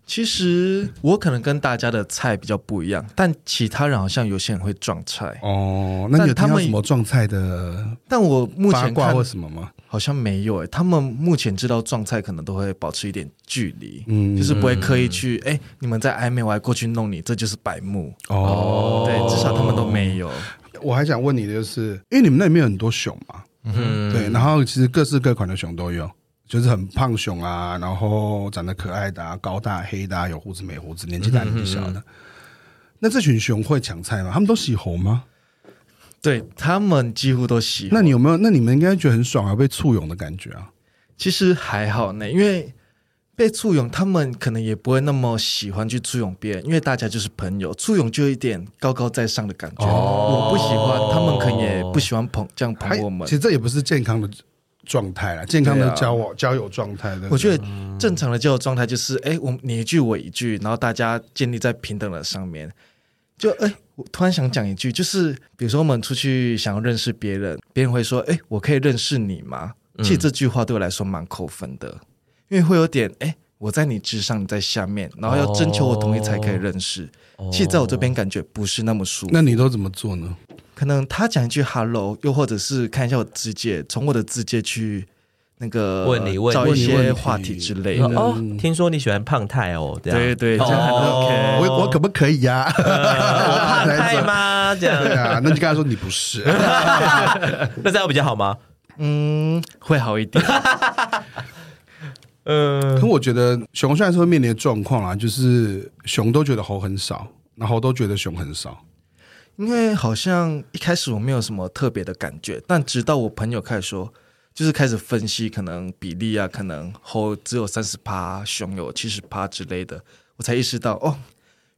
B: 其实我可能跟大家的菜比较不一样，但其他人好像有些人会撞菜。
C: 哦，那你有
B: 但他
C: 听到
B: 们
C: 什么撞菜的
B: 但我目
C: 八
B: 前
C: 卦
B: 看
C: 或什么吗？
B: 好像没有诶、他们目前知道撞菜可能都会保持一点距离，
C: 嗯
B: 就是不会刻意去哎、你们在暧昧，我还过去弄你，这就是白目。
C: 哦
B: 对，至少他们都没有。
C: 我还想问你的就是，因为你们那里面有很多熊嘛，
A: 嗯，
C: 对，然后其实各式各款的熊都有，就是很胖熊啊，然后长得可爱的、啊、高大黑的、啊、有胡子没胡子、年纪大年纪小的。那这群熊会抢菜吗？他们都喜猴吗？
B: 对他们几乎都喜欢
C: 那。你有没有？那你们应该觉得很爽啊，被簇拥的感觉啊。
B: 其实还好呢，因为被簇拥，他们可能也不会那么喜欢去簇拥别人，因为大家就是朋友，簇拥就有一点高高在上的感觉。
A: 哦
B: 我不喜欢，他们可能也不喜欢捧这样捧
C: 还
B: 我们
C: 其。实这也不是健康的状态啦，健康的
B: 对啊
C: 交往、交友状态的。
B: 我觉得正常的交友状态就是，哎、我们你一句我一句，然后大家建立在平等的上面。就哎、我突然想讲一句，就是比如说我们出去想要认识别人，别人会说，哎、我可以认识你吗？其实这句话对我来说蛮扣分的，因为会有点哎、我在你之上，你在下面，然后要征求我同意才可以认识。其实在我这边感觉不是那么舒服。
C: 那你都怎么做呢？
B: 可能他讲一句 “hello”，又或者是看一下我字界，从我的字界去那个
A: 问你问
B: 找
A: 你
B: 一
C: 问你
B: 些
C: 问题
B: 话题之类的。
A: 哦，听说你喜欢胖太哦，这样
B: 对对这样很
A: 哦
B: OK
C: 我我可不可以呀、
A: 我胖
C: *laughs* 来
A: 太
C: 着
A: 吗？这 *laughs*
C: 对
A: 样，
C: 啊，那就跟他说你不是。
A: 那这样比较好吗？
B: 嗯，会好一点。 *laughs*
A: 嗯，
C: 可我觉得熊现在是会面临的状况啊，就是熊都觉得猴很少，然后猴都觉得熊很少。
B: 因为好像一开始我没有什么特别的感觉，但直到我朋友开始说，就是开始分析可能比例啊，可能猴只有三十趴，熊有七十趴之类的，我才意识到哦，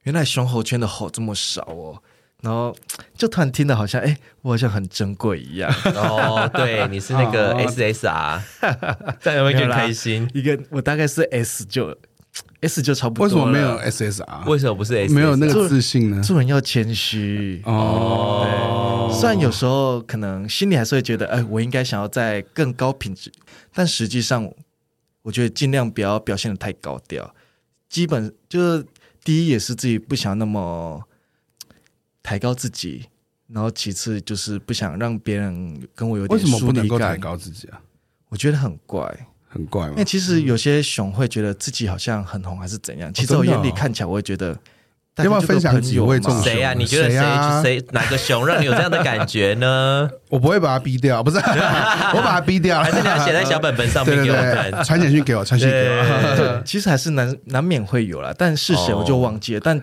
B: 原来熊猴圈的猴这么少哦。然后就突然听的好像，哎，我好像很珍贵一样。
A: 哦，对，你是那个
C: 哦
A: *laughs* SSR，这样有
B: 没
A: 没有
B: 有
A: 更
B: 啦
A: 开心？
B: 一个我大概是 S 就 S 就差不多。
C: 为什么没有？SSR？
A: 为什么不是 S？
C: 没有那个自信呢？
B: 做人要谦虚。
C: 哦，
B: 虽然有时候可能心里还是会觉得，哎，我应该想要在更高品质，但实际上，我觉得尽量不要表现的太高调。基本就是第一也是自己不想那么抬高自己，然后其次就是不想让别人跟我有
C: 为
B: 点
C: 什么
B: 疏
C: 不能
B: 离
C: 够抬
B: 感。
C: 高自己啊？
B: 我觉得很怪，
C: 很怪
B: 因
C: 吗
A: 哎
B: 为？其实有些熊会觉得自己好像很红还是怎样，其实
C: 真
B: 我
C: 嗯的哦
B: 眼里看起来我会觉得。
C: 要不要分享几位这种
A: 谁呀、
C: 熊
A: 你觉得
C: 谁啊
A: 谁谁哪个熊让你有这样的感觉
C: *laughs*
A: 呢？
C: 我不会把他逼掉，
A: *laughs*
C: 不是，我把他逼掉，
A: 还是你要写在小本本
C: *laughs*
A: 上
C: 对
A: 面
C: 对
A: 给我
C: 对，
A: 看？
C: 传简讯给我，传讯给我。
A: 对，
B: 其实还是难难免会有啦，但是谁我
C: 哦
B: 就忘记了，但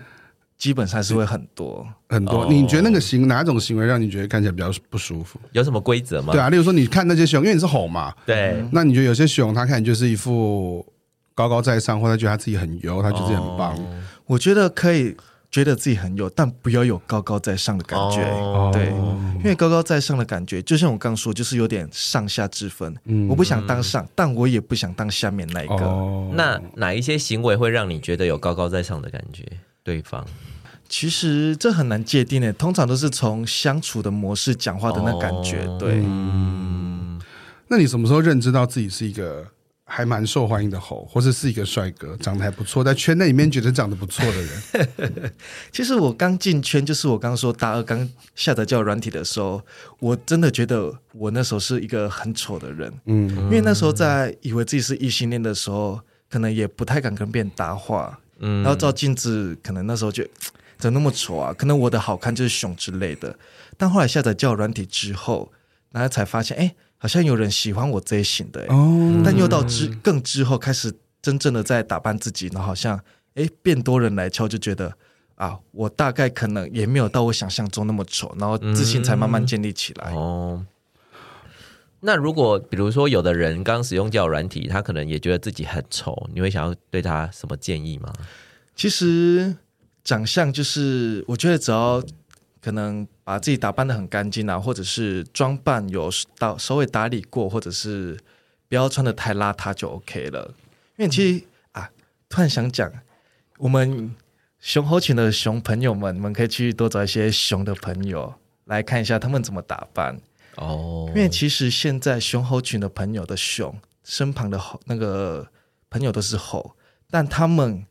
B: 基本上还是会很多。
C: *laughs* 很多，
A: 哦
C: 你觉得那个行哪种行为让你觉得看起来比较不舒服？
A: 有什么规则吗？
C: 对啊，例如说你看那些熊，因为你是吼嘛，
A: 对
C: 那你觉得有些熊它看起来就是一副高高在上，或者他觉得他自己很优，他觉得自己很棒，
B: 我觉得可以觉得自己很有，但不要有高高在上的感觉。
A: 哦
B: 对，因为高高在上的感觉，就像我刚说，就是有点上下之分。
C: 嗯
B: 我不想当上，但我也不想当下面那一个。
C: 哦
A: 那哪一些行为会让你觉得有高高在上的感觉？对方
B: 其实这很难界定的，通常都是从相处的模式、讲话的那感觉。
A: 哦
B: 对，
C: 嗯那你什么时候认知到自己是一个还蛮受欢迎的猴，或者是一个帅哥，长得还不错，在圈内里面觉得长得不错的人？
B: 其实我刚进圈，就是我刚说大二刚下载交友软体的时候，我真的觉得我那时候是一个很丑的人，
C: 嗯，
B: 因为那时候在以为自己是异性恋的时候，可能也不太敢跟别人搭话，
A: 嗯
B: 然后照镜子，可能那时候就怎么那么丑啊？可能我的好看就是熊之类的，但后来下载交友软体之后，然后才发现，哎，好像有人喜欢我这一型的、诶哎
C: 哦，
B: 但又到之更之后开始真正的在打扮自己，然后好像诶变多人来敲，就觉得啊，我大概可能也没有到我想象中那么丑，然后自信才慢慢建立起来。
A: 哦。那如果比如说有的人刚使用交友软体，他可能也觉得自己很丑，你会想要对他什么建议吗？
B: 其实长相就是，我觉得只要可能把自己打扮的很干净啊，或者是装扮有到稍微打理过，或者是不要穿的太邋遢就 OK 了。因为其实啊，突然想讲，我们熊猴群的熊朋友们，你们可以去多找一些熊的朋友来看一下他们怎么打扮。
A: 哦
B: 因，为其实现在熊猴群的朋友的熊身旁的猴那个朋友都是猴，但他们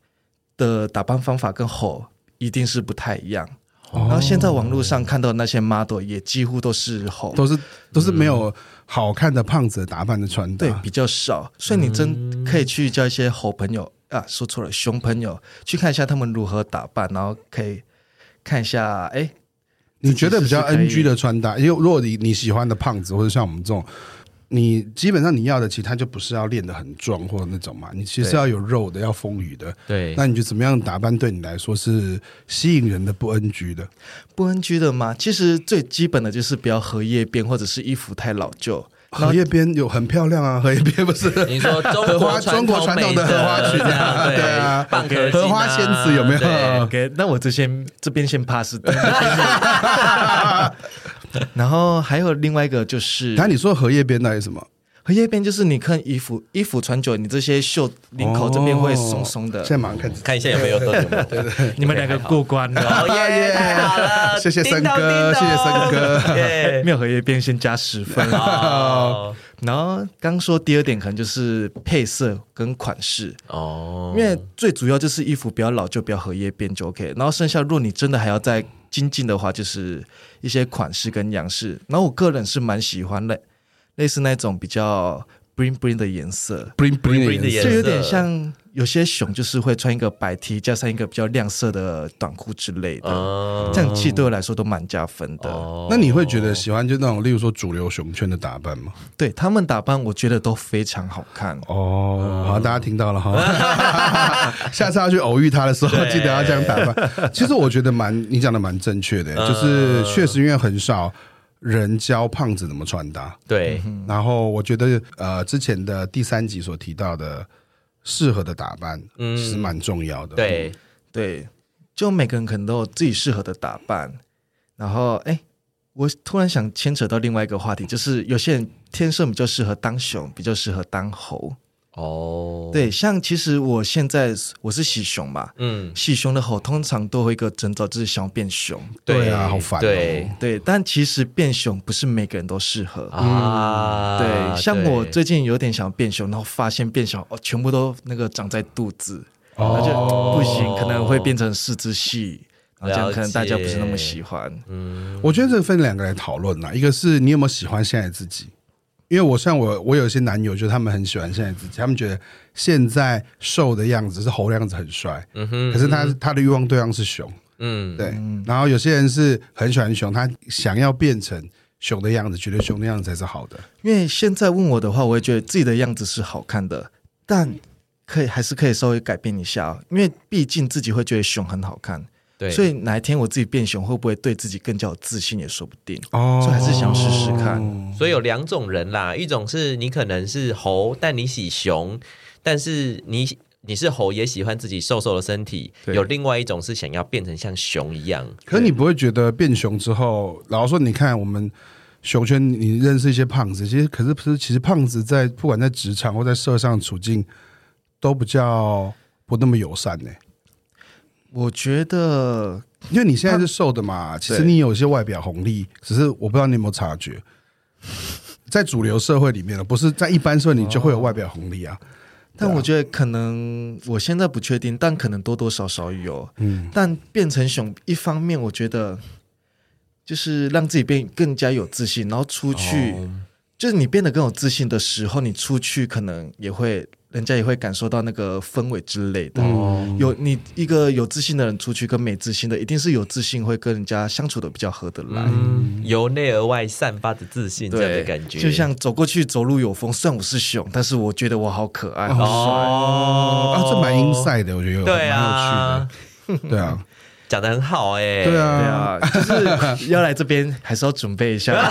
B: 的打扮方法跟猴一定是不太一样。
C: 哦
B: 然后现在网络上看到的那些 model 也几乎都是猴，
C: 都是都是没有好看的胖子的打扮的穿
B: 对
C: 搭。
B: 比较少，所以你真可以去交一些好朋友、啊，说错了，熊朋友，去看一下他们如何打扮，然后可以看一下，哎，
C: 你觉得比较
B: 自己是可以
C: NG 的穿搭，因为如果你你喜欢的胖子或者像我们这种，你基本上你要的其实他就不是要练得很壮或者那种嘛，你其实
B: 对
C: 要有肉的，要丰腴的。
A: 对，
C: 那你就怎么样打扮对你来说是吸引人的不 NG 的？
B: 不 NG 的吗？其实最基本的就是不要荷叶边，或者是衣服太老旧。
C: 荷叶边有很漂亮啊，荷 *laughs* 叶边不是
A: 你说中
C: 荷
A: 国
C: 花中国传统
A: 美
C: 的荷花裙啊，
A: 对
C: 对啊，
A: 蚌壳
C: 荷花仙
A: 精啊
C: 子有没有？
A: 对
B: OK，那我这先这边先 pass 掉。 *laughs* 然后还有另外一个就是
C: 那你说荷叶边到底是什么？
B: 荷叶边，就是你看衣服衣服穿久了，你这些袖领口这边会松松的
C: 哦现。在马上开始。
A: 看一下有没有喝什么。
B: 哦
D: 你们两个过关了，
B: *laughs*
A: 哦耶！太好
B: 呃
A: 了，
C: 谢谢
A: 叮
C: 森
A: 咚
C: 哥，谢谢森。哥。
B: *laughs*
A: 叮咚耶
B: 没有荷叶边先加十分。
A: 哦
B: *laughs* 然后刚说第二点可能就是配色跟款式，
A: 哦，
B: 因为最主要就是衣服不要老旧，不要荷叶边就 OK。然后剩下，如果你真的还要再精进的话，就是一些款式跟样式。然后我个人是蛮喜欢类类似那种比较 bling bling 的颜色，
C: bling
A: bling 的颜色
B: 就有点像有些熊就是会穿一个白 T 加上一个比较亮色的短裤之类的，
A: 哦
B: 这样其实对我来说都蛮加分的。
A: 哦
C: 那你会觉得喜欢就那种，例如说主流熊圈的打扮吗？
B: 对他们打扮，我觉得都非常好看。
A: 嗯
C: 哦，好，大家听到了
A: *laughs*
C: 哈。 *laughs* 下次要去偶遇他的时候，
A: 对
C: 记得要这样打
A: *laughs*
C: 扮。其实我觉得蛮，你讲的蛮正确的，
A: 嗯
C: 就是确实因为很少人教胖子怎么穿搭。
A: 对
C: 然后我觉得呃，之前的第三集所提到的适合的打扮是蛮重要的。，
A: 嗯对
B: 对，就每个人可能都有自己适合的打扮。然后，哎，我突然想牵扯到另外一个话题，就是有些人天生比较适合当熊，比较适合当猴。
A: 哦，
B: 对，像其实我现在我是喜熊嘛，
A: 嗯，
B: 喜熊的猴通常都会有一个征兆，就是想要变熊。
C: 对啊好烦哦
A: 对
B: 对，但其实变熊不是每个人都适合。
A: 啊，
B: 对，像我最近有点想变熊，然后发现变熊哦，全部都那个长在肚子，那就不行，可能会变成四肢细，然后这样可能大家不是那么喜欢。
C: 我觉得这个分两个来讨论啦，一个是你有没有喜欢现在自己？因为我像我，我有一些男友，就是他们很喜欢现在自己，他们觉得现在瘦的样子是猴的样子很帅，
A: 嗯哼，
C: 可是他他的欲望对象是熊，
A: 嗯
C: 对。然后有些人是很喜欢熊，他想要变成熊的样子，觉得熊的样子才是好的。
B: 因为现在问我的话，我会觉得自己的样子是好看的，但可以还是可以稍微改变一下、哦，因为毕竟自己会觉得熊很好看，
A: 对，
B: 所以哪一天我自己变熊，会不会对自己更加有自信也说不定。
C: 哦
B: 所以还是想试试看。
A: 所以有两种人啦，一种是你可能是猴，但你喜熊，但是你你是猴也喜欢自己瘦瘦的身体；
B: 对
A: 有另外一种是想要变成像熊一样，
C: 可你不会觉得变熊之后，老实说，你看我们熊圈，你认识一些胖子，其实可是不是，其实胖子在不管在职场或在社上处境，都比较不那么友善呢、
B: 我觉得
C: 因为你现在是瘦的嘛，其实你有一些外表红利，只是我不知道你有没有察觉，在主流社会里面呢，不是在一般社会你就会有外表红利啊。
B: 但我觉得可能我现在不确定，但可能多多少少有。嗯，但变成熊，一方面我觉得就是让自己变更加有自信，然后出去，就是你变得更有自信的时候，你出去可能也会。人家也会感受到那个氛围之类的。有你一个有自信的人出去，跟没自信的，一定是有自信会跟人家相处的比较合得来。
A: 嗯，由内而外散发着自信这样的
B: 对，
A: 感觉，
B: 就像走过去走路有风，虽然我是熊，但是我觉得我好可爱，好
A: 哦
C: 啊，这蛮阴塞的，我觉得有
A: 对啊，
C: 蛮有趣的，对啊，
A: 讲的很好哎、
C: 对
B: 对啊，
C: 啊，
B: 就是要来这边还是要准备一
A: *laughs*
B: 下。
C: *laughs*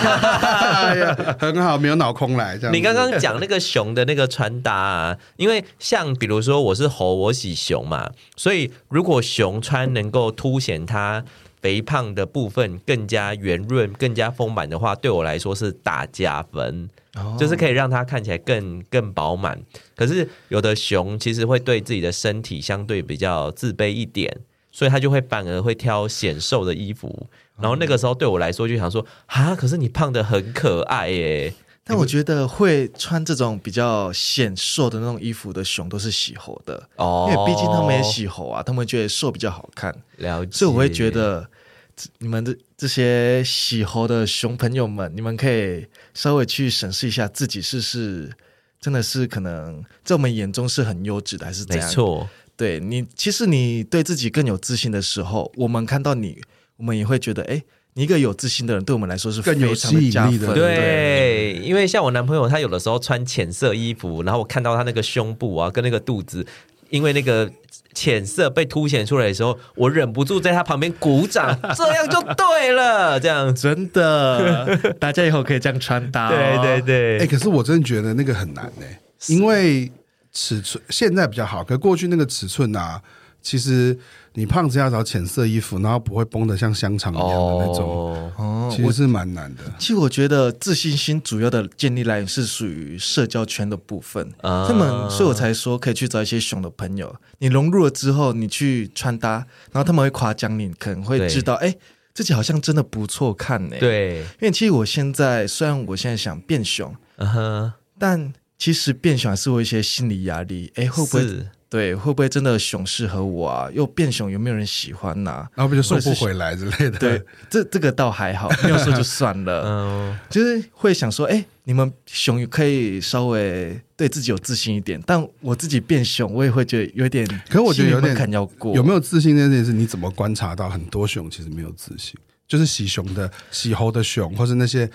C: 哎呀很好，没有脑空来这样子。
A: 你刚刚讲那个熊的那个穿搭、啊， *laughs* 因为像比如说我是猴，我喜熊嘛，所以如果熊穿能够凸显它肥胖的部分更加圆润、更加丰满的话，对我来说是大加分，
C: 哦
A: 就是可以让它看起来更更饱满。可是有的熊其实会对自己的身体相对比较自卑一点。所以他就会反而会挑显瘦的衣服，然后那个时候对我来说就想说啊，可是你胖的很可爱耶、
B: 但我觉得会穿这种比较显瘦的那种衣服的熊都是喜猴的，
A: 哦
B: 因，为毕竟他们也喜猴啊，他们觉得瘦比较好看，
A: 了解，
B: 所以我会觉得这你们的这些喜猴的熊朋友们，你们可以稍微去审视一下自己是不是真的是可能在我们眼中是很优质的，还是怎
A: 没
B: 样？
A: 错，
B: 对你，其实你对自己更有自信的时候，我们看到你，我们也会觉得，哎，你一个有自信的人，对我们来说是
C: 更有
B: 非常的
C: 吸
B: 加
C: 引力
B: 分。
C: 的
A: 对，因为像我男朋友，他有的时候穿浅色衣服，然后我看到他那个胸部啊，跟那个肚子，因为那个浅色被凸显出来的时候，我忍不住在他旁边鼓掌，这样就对了，
B: *laughs*
A: 这样。
B: 真
A: *laughs*
B: 的，大家以后可以这样穿搭、哦
A: 对对。对，
C: 哎、可是我真的觉得那个很难呢、因为尺寸现在比较好，可过去那个尺寸啊，其实你胖子要找浅色衣服，然后不会绷得像香肠一样的那种，
A: 哦，
B: 哦，
C: 其实是蛮难的。
B: 其实我觉得自信心主要的建立来源是属于社交圈的部分，
A: 啊
B: 他们所以我才说可以去找一些熊的朋友，你融入了之后，你去穿搭，然后他们会夸奖你，可能会
A: 对
B: 知道，哎，自己好像真的不错看呢。，
A: 对，
B: 因为其实我现在虽然我现在想变熊，
A: 嗯哼，
B: 但其实变熊还是会有一些心理压力，哎，会不会
A: 是
B: 对？会不会真的熊适合我啊？又变熊有没有人喜欢呐、
C: *laughs* 然后不就瘦不回来之类的，
B: 对，这这个倒还好，没有说就算了。
C: *laughs*
A: 嗯，
B: 就是会想说，哎、你们熊可以稍微对自己有自信一点，但我自己变熊，我也会觉得有点，
C: 可是我觉得有点
B: 坎要过，
C: 有没
B: 有？
C: 有自信这件事，你怎么观察到很多熊其实没有自信？就是喜熊的、喜猴的熊，或是那些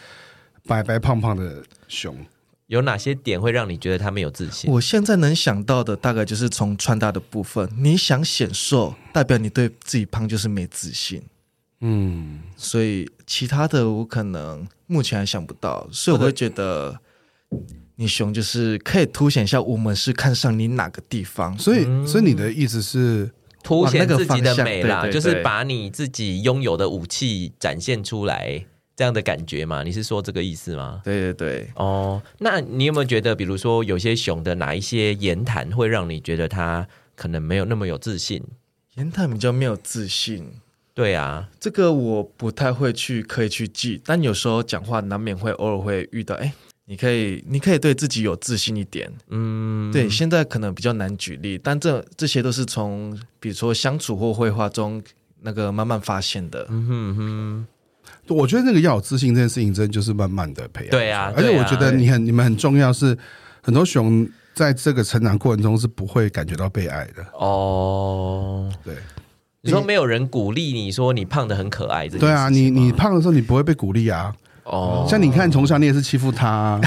C: 白白胖胖的熊，
A: 有哪些点会让你觉得他们有自信？
B: 我现在能想到的大概就是从穿搭的部分，你想显瘦，代表你对自己胖就是没自信，
C: 嗯，
B: 所以其他的我可能目前还想不到，所以我会觉得。你熊就是可以凸显一下我们是看上你哪个地方，
C: 所以，所以你的意思是，
A: 凸显自己的美
B: 往
A: 啦，
B: 那个方向对对
A: 就是把你自己拥有的武器展现出来，这样的感觉嘛？你是说这个意思吗？
B: 对对对，
A: 哦，那你有没有觉得，比如说有些熊的哪一些言谈会让你觉得他可能没有那么有自信？
B: 言谈比较没有自信，
A: 对啊，
B: 这个我不太会去刻意去记，但有时候讲话难免会偶尔会遇到，哎，你可以，你可以对自己有自信一点。
A: 嗯，
B: 对，现在可能比较难举例，但这这些都是从比如说相处或绘画中那个慢慢发现的。
A: 嗯哼哼，
C: 我觉得那个要有自信这件事情，真的就是慢慢的培养出来。
A: 对啊
C: 而且
A: 对啊
C: 我觉得你很、你们很重要是，很多熊在这个成长过程中是不会感觉到被爱的。
A: 哦，
C: 对，
A: 你说没有人鼓励你说你胖的很可爱，这件
C: 对啊，
A: 事
C: 你
A: 情吗
C: 你胖的时候你不会被鼓励啊，
A: 哦，
C: 像你看从小你也是欺负他、
A: *laughs*
C: 啊。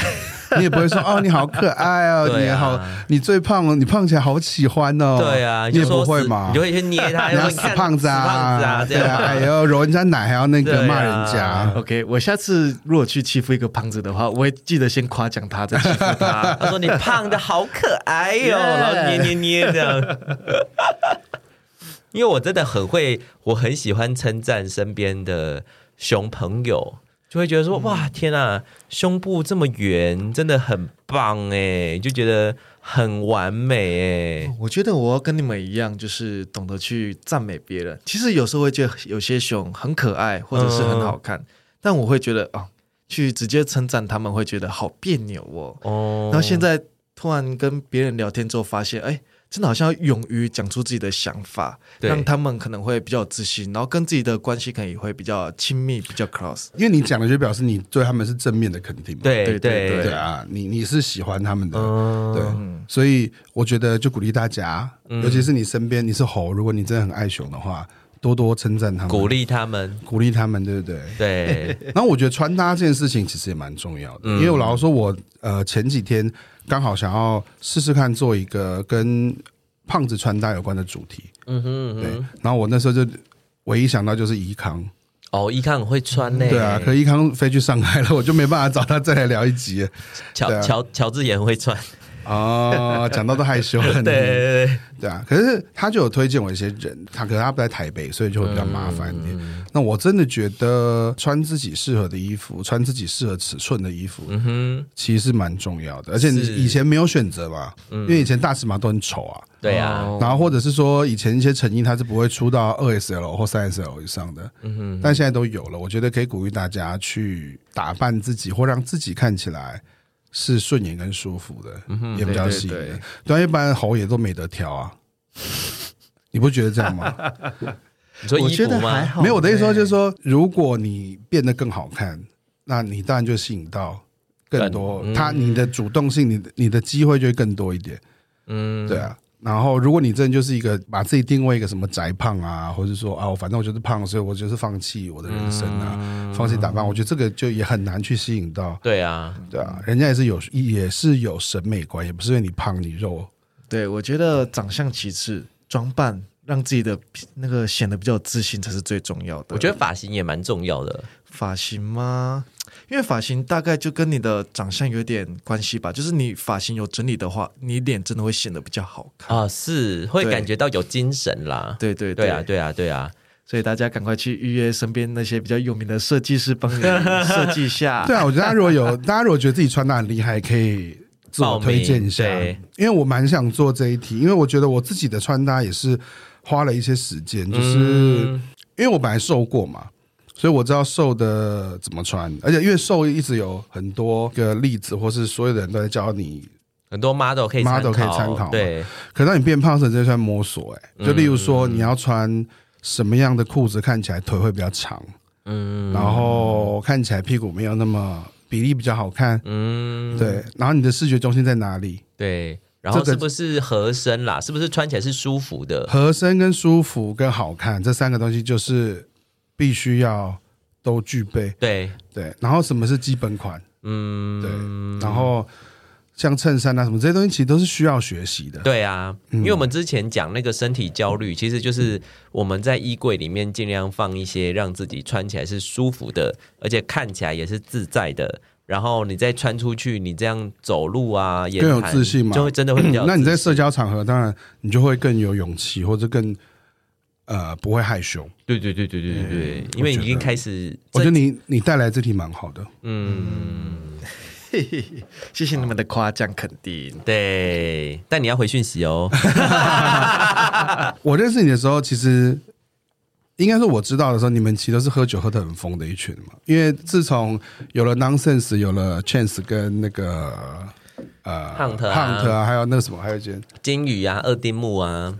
C: 你也不会说哦，你好可爱哦，
A: 对啊
C: 你好，你最胖了，你胖起来好喜欢哦。
A: 对啊，
C: 你也
A: 就说
C: 不会
A: 死
C: 嘛，
A: 你就会去捏
C: *laughs*
A: 他，
C: 你
A: 就
C: 要
A: 说
C: 死
A: 看
C: 胖子
A: 死胖子啊，这
C: 对
A: 样
C: 啊，哎呦，揉人家奶还要那
A: 对啊
C: 个骂人家，
B: *laughs* OK，我下次如果去欺负一个胖子的话，我会记得先夸奖他，再欺负他。
A: 他说你胖的好可爱 *laughs* 哟、然后捏捏捏这 *laughs* 样。因为我真的很会，我很喜欢称赞身边的熊朋友，就会觉得说哇天啊，胸部这么圆，真的很棒哎，就觉得很完美哎。
B: *laughs* 我觉得我要跟你们一样，就是懂得去赞美别人。其实有时候会觉得有些熊很可爱，或者是很好看，但我会觉得哦，去直接称赞他们会觉得好别扭哦。
A: 哦，
B: 然后现在突然跟别人聊天之后，发现哎，真的好像要勇于讲出自己的想法，
A: 对
B: 让他们可能会比较有自信，然后跟自己的关系可能也会比较亲密，比较 close。
C: 因为你讲的就表示你对他们是正面的肯定嘛。
A: 对
B: 对对
C: 对啊，你你是喜欢他们的，
A: 嗯，
C: 对，所以我觉得就鼓励大家，尤其是你身边你是猴，如果你真的很爱熊的话，多多称赞他们，
A: 鼓励他们，
C: 鼓励他们，对不对？
A: *laughs* 对，嗯
C: 然后我觉得穿搭这件事情其实也蛮重要的，因为我老实说我，呃前几天刚好想要试试看做一个跟胖子穿搭有关的主题，
A: 嗯哼嗯
C: 对
A: 哼，，
C: 然后我那时候就唯一想到就是怡康，
A: 哦，伊康很会穿呢，
C: 对啊，可怡康飞去上海了，我就没办法找他再来聊一集了
A: 乔
C: 对啊
A: 乔乔治也很会穿，
C: 哦，讲到都害羞了，
A: 对对对，
C: 对啊，可是他就有推荐我一些人，他可是他不在台北，所以就会比较麻烦一点。
A: 嗯
C: 那我真的觉得穿自己适合的衣服，穿自己适合尺寸的衣服，
A: 嗯哼，
C: 其实是蛮重要的。而且你
A: 是嗯
C: 以前没有选择嘛，因为以前大尺码都很丑啊。
A: 对啊，
B: 哦
C: 然后或者是说，以前一些成衣它是不会出到二 S L 或三 S L 以上的，
B: 嗯
C: 但现在都有了。我觉得可以鼓励大家去打扮自己，或让自己看起来是顺眼跟舒服的，也比较吸
B: 嗯
C: 引
B: 对对对。
C: 人对啊，一般猴也都没得挑啊，你不觉得这样吗？
A: 你说
B: 我
A: 衣
B: 觉
A: 服
B: 得还
A: 吗？
B: 好。
C: 没有，我的意思说就是，说，如果你变得更好看，那你当然就吸引到更多
A: 更嗯
C: 他，你的主动性，你的你的机会就会更多一点。嗯，对啊。然后，如果你真的就是一个把自己定位一个什么宅胖啊，或者说啊，我反正我就是胖，所以我就是放弃我的人生啊，放弃打扮，我觉得这个就也很难去吸引到，
A: 对啊，
C: 对啊，人家也是有也是有审美观，也不是因为你胖你肉，
B: 对我觉得长相其次，装扮让自己的那个显得比较有自信才是最重要的。
A: 我觉得发型也蛮重要的。
B: 发型吗？因为发型大概就跟你的长相有点关系吧，就是你发型有整理的话，你脸真的会显得比较好看。
A: 啊，是会
B: 对
A: 感觉到有精神啦。
B: 对对
A: 对啊，对啊，对啊，
B: 所以大家赶快去预约身边那些比较有名的设计师帮你设计一下。
C: 对啊，我觉得大家如果
A: *laughs*
C: 有，大家如果觉得自己穿搭很厉害，可以自我推荐一下
A: 报名对，
C: 因为我蛮想做这一题，因为我觉得我自己的穿搭也是花了一些时间，就是、
A: 嗯
C: 因为我本来瘦过嘛。所以我知道瘦的怎么穿，而且因为瘦一直有很多个例子，或是所有的人都在教你。
A: 很多 model 可以参考
C: model 可以参考嘛
A: 对，
C: 可当你变胖的时候，你就在摸索、
A: 嗯
C: 哎，就例如说你要穿什么样的裤子看起来腿会比较长，
A: 嗯
C: 然后看起来屁股没有那么比例比较好看，
A: 嗯，
C: 对，然后你的视觉中心在哪里？
A: 对。然后
C: 这个
A: 是不是合身啦？是不是穿起来是舒服的？
C: 合身、跟舒服、跟好看这三个东西就是必须要都具备。
A: 对，
C: 对，然后什么是基本款？
A: 嗯，
C: 对，然后像衬衫啊什么这些东西，其实都是需要学习的。
A: 对啊，
C: 嗯
A: 因为我们之前讲那个身体焦虑，其实就是我们在衣柜里面尽量放一些让自己穿起来是舒服的，而且看起来也是自在的。然后你再穿出去，你这样走路啊，也
C: 更有自信嘛
A: 就会真的会比较有自信。
C: *clears throat* 那你在社交场合，当然你就会更有勇气，或者更呃不会害羞。
A: 对对对对对对
B: 嗯
A: 对，因
C: 我觉
A: 为你
C: 得
A: 已经开始，
C: 我觉得你你带来这题蛮好的，
A: 嗯，
B: 嘿嘿嘿谢谢你们的夸奖肯定。
A: 对，但你要回讯息哦。
C: 我认识你的时候，其实应该说我知道的时候，你们其实都是喝酒喝得很疯的一群嘛。因为自从有了 Nonsense，有了 Chance 跟那个呃
A: Hunt 啊
C: Hunt 啊，还有那个什么，还有一间
A: 金鱼啊，二丁目啊，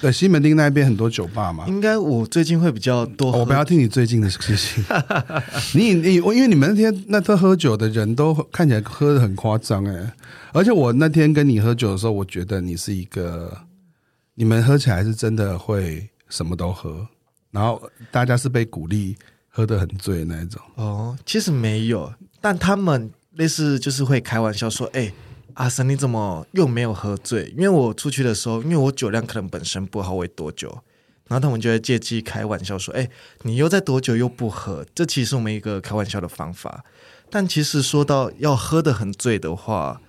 C: 对西门町那边很多酒吧嘛。
B: 应该我最近会比较多喝，
C: *laughs* 哦我不要听你最近的事情。你你我因为你们那天那天喝酒的人都看起来喝的很夸张哎，而且我那天跟你喝酒的时候，我觉得你是一个，你们喝起来是真的会什么都喝，然后大家是被鼓励喝得很醉的那一种。
B: 哦，其实没有，但他们类似就是会开玩笑说：“哎、阿神你怎么又没有喝醉？”因为我出去的时候，因为我酒量可能本身不好，我也多酒，然后他们就会借机开玩笑说：“哎、你又在多久又不喝？”这其实是我们一个开玩笑的方法。但其实说到要喝得很醉的话，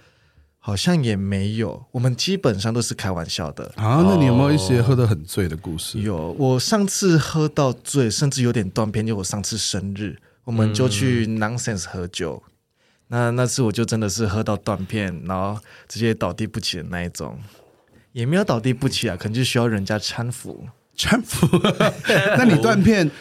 B: 好像也没有，我们基本上都是开玩笑的。
C: 啊，那你有没有一些喝得很醉的故事？
B: 有，我上次喝到醉，甚至有点断片，就我上次生日，我们就去
C: 嗯
B: Nonsense 喝酒。那那次我就真的是喝到断片，然后直接倒地不起的那一种，也没有倒地不起啊，可能就需要人家搀扶。
C: 搀扶。那你断片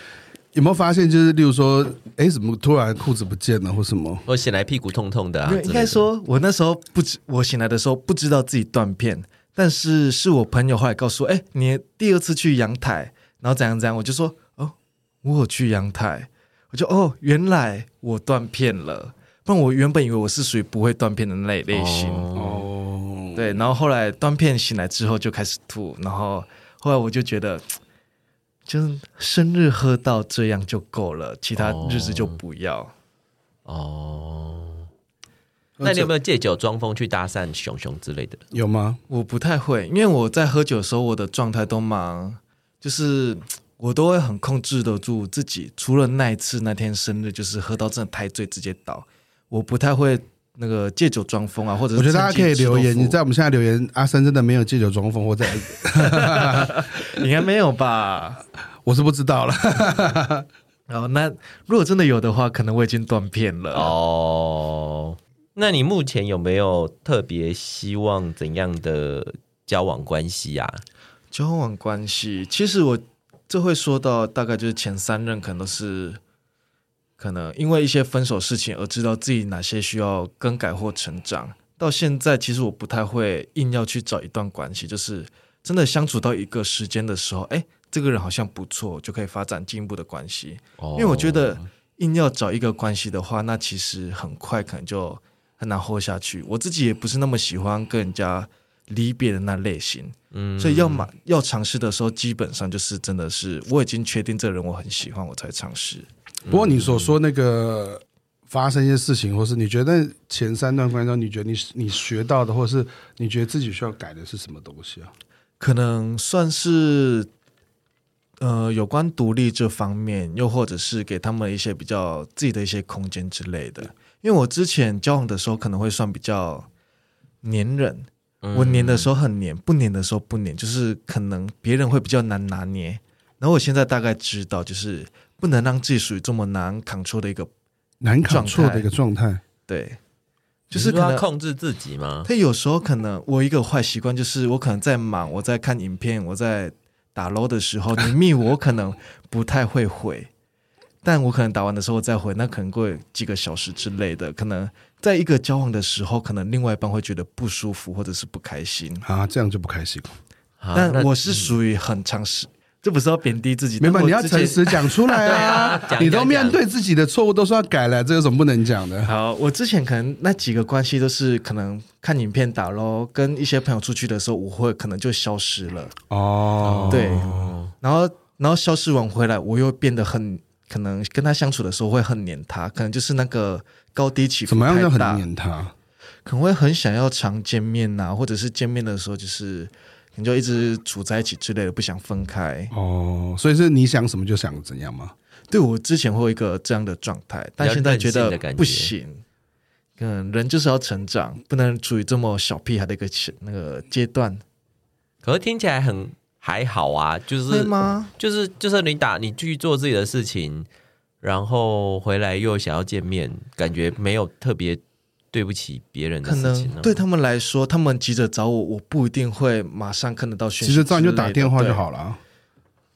C: 有没有发现，就是例如说，哎，怎么突然裤子不见了或什么？
A: 我醒来屁股痛痛的啊
B: 没有，，应该说，我那时候不知，我醒来的时候不知道自己断片，但是是我朋友后来告诉我，哎、你第二次去阳台，然后怎样怎样，我就说，哦，我有去阳台，我就哦，原来我断片了，不然我原本以为我是属于不会断片的那类型，
C: 哦，
B: 对，然后后来断片醒来之后就开始吐，然后后来我就觉得。嘖就是生日喝到这样就够了，其他日子就不要。
A: 哦。那你有没有借酒装疯去搭讪熊熊之类的？
C: 有吗？
B: 我不太会，因为我在喝酒的时候，我的状态都蛮，就是我都会很控制得住自己。除了那一次那天生日，就是喝到真的太醉直接倒，我不太会那个借酒装疯啊，或者是
C: 我觉得大家可以留言，
B: 趁机吃豆腐
C: 你在我们现在留言，阿森真的没有借酒装疯，我在
B: 应该没有吧？
C: 我是不知道了。
B: 然后那如果真的有的话，可能我已经断片了。
A: 哦，那你目前有没有特别希望怎样的交往关系啊？
B: 交往关系，其实我这会说到大概就是前三任可能都是，可能因为一些分手事情而知道自己哪些需要更改或成长。到现在，其实我不太会硬要去找一段关系，就是真的相处到一个时间的时候，哎，这个人好像不错，就可以发展进一步的关系。
A: 哦
B: 因为我觉得硬要找一个关系的话，那其实很快可能就很难 hold 下去。我自己也不是那么喜欢跟人家离别的那类型，嗯，所以要么要尝试的时候，基本上就是真的是我已经确定这个人我很喜欢，我才尝试。
C: 不过你所说那个发生一些事情，或是你觉得前三段关系中，你觉得你你学到的，或是你觉得自己需要改的是什么东西啊？
B: 可能算是呃有关独立这方面，又或者是给他们一些比较自己的一些空间之类的。因为我之前交往的时候可能会算比较黏人，
A: 嗯
B: 我黏的时候很黏，不黏的时候不黏，就是可能别人会比较难拿捏。然后我现在大概知道，就是不能让自己属于这么难 control 的一个
C: 难搞错的一个状态，
B: 对，就
A: 就是是
B: 可
A: 他
B: 能
A: 控制自己吗？
B: 他有时候可能我一个坏习惯就是，我可能在忙，我在看影片，我在打 low 的时候，你密我我可能不太会回， *laughs* 但我可能打完的时候再回，那可能过几个小时之类的。可能在一个交往的时候，可能另外一半会觉得不舒服或者是不开心。
C: 啊，这样就不开心了。
A: 啊
B: 但
A: 那
B: 我是属于很常识，这不是要贬低自己，
C: 没
B: 但
C: 办
B: 我
C: 法，你要
B: 之前
C: 诚实讲出来
A: 对啊
C: 啊！
A: 讲
C: 你都
A: 讲
C: 面对自己的错误，都说要改了，这有什么不能讲的？
B: 好，我之前可能那几个关系都是可能看影片打咯，跟一些朋友出去的时候，我会可能就消失了。
C: 哦，
B: 对，然后然后消失完回来，我又变得很可能跟他相处的时候会很黏他，可能就是那个高低起伏
C: 怎么样
B: 太
C: 就很
B: 大，
C: 黏他？
B: 可能会很想要常见面呐、或者是见面的时候就是可能就一直处在一起之类的，不想分开。
C: 哦，所以是你想什么就想怎样吗？
B: 对我之前会有一个这样的状态，但现在觉
A: 比较任性的
B: 得
A: 感觉
B: 不行。嗯，人就是要成长，不能处于这么小屁孩的一个前那个阶段，
A: 可是听起来很还好啊，就是
B: 会吗？
A: 就是就是你打你去做自己的事情，然后回来又想要见面，感觉没有特别对不起别人的
B: 可
A: 事情、
B: 能
A: 啊。
B: 对他们来说，他们急着找我，我不一定会马上看得到讯
C: 其
B: 息。
C: 实这样就打电话就
B: 好。
C: 好了啊。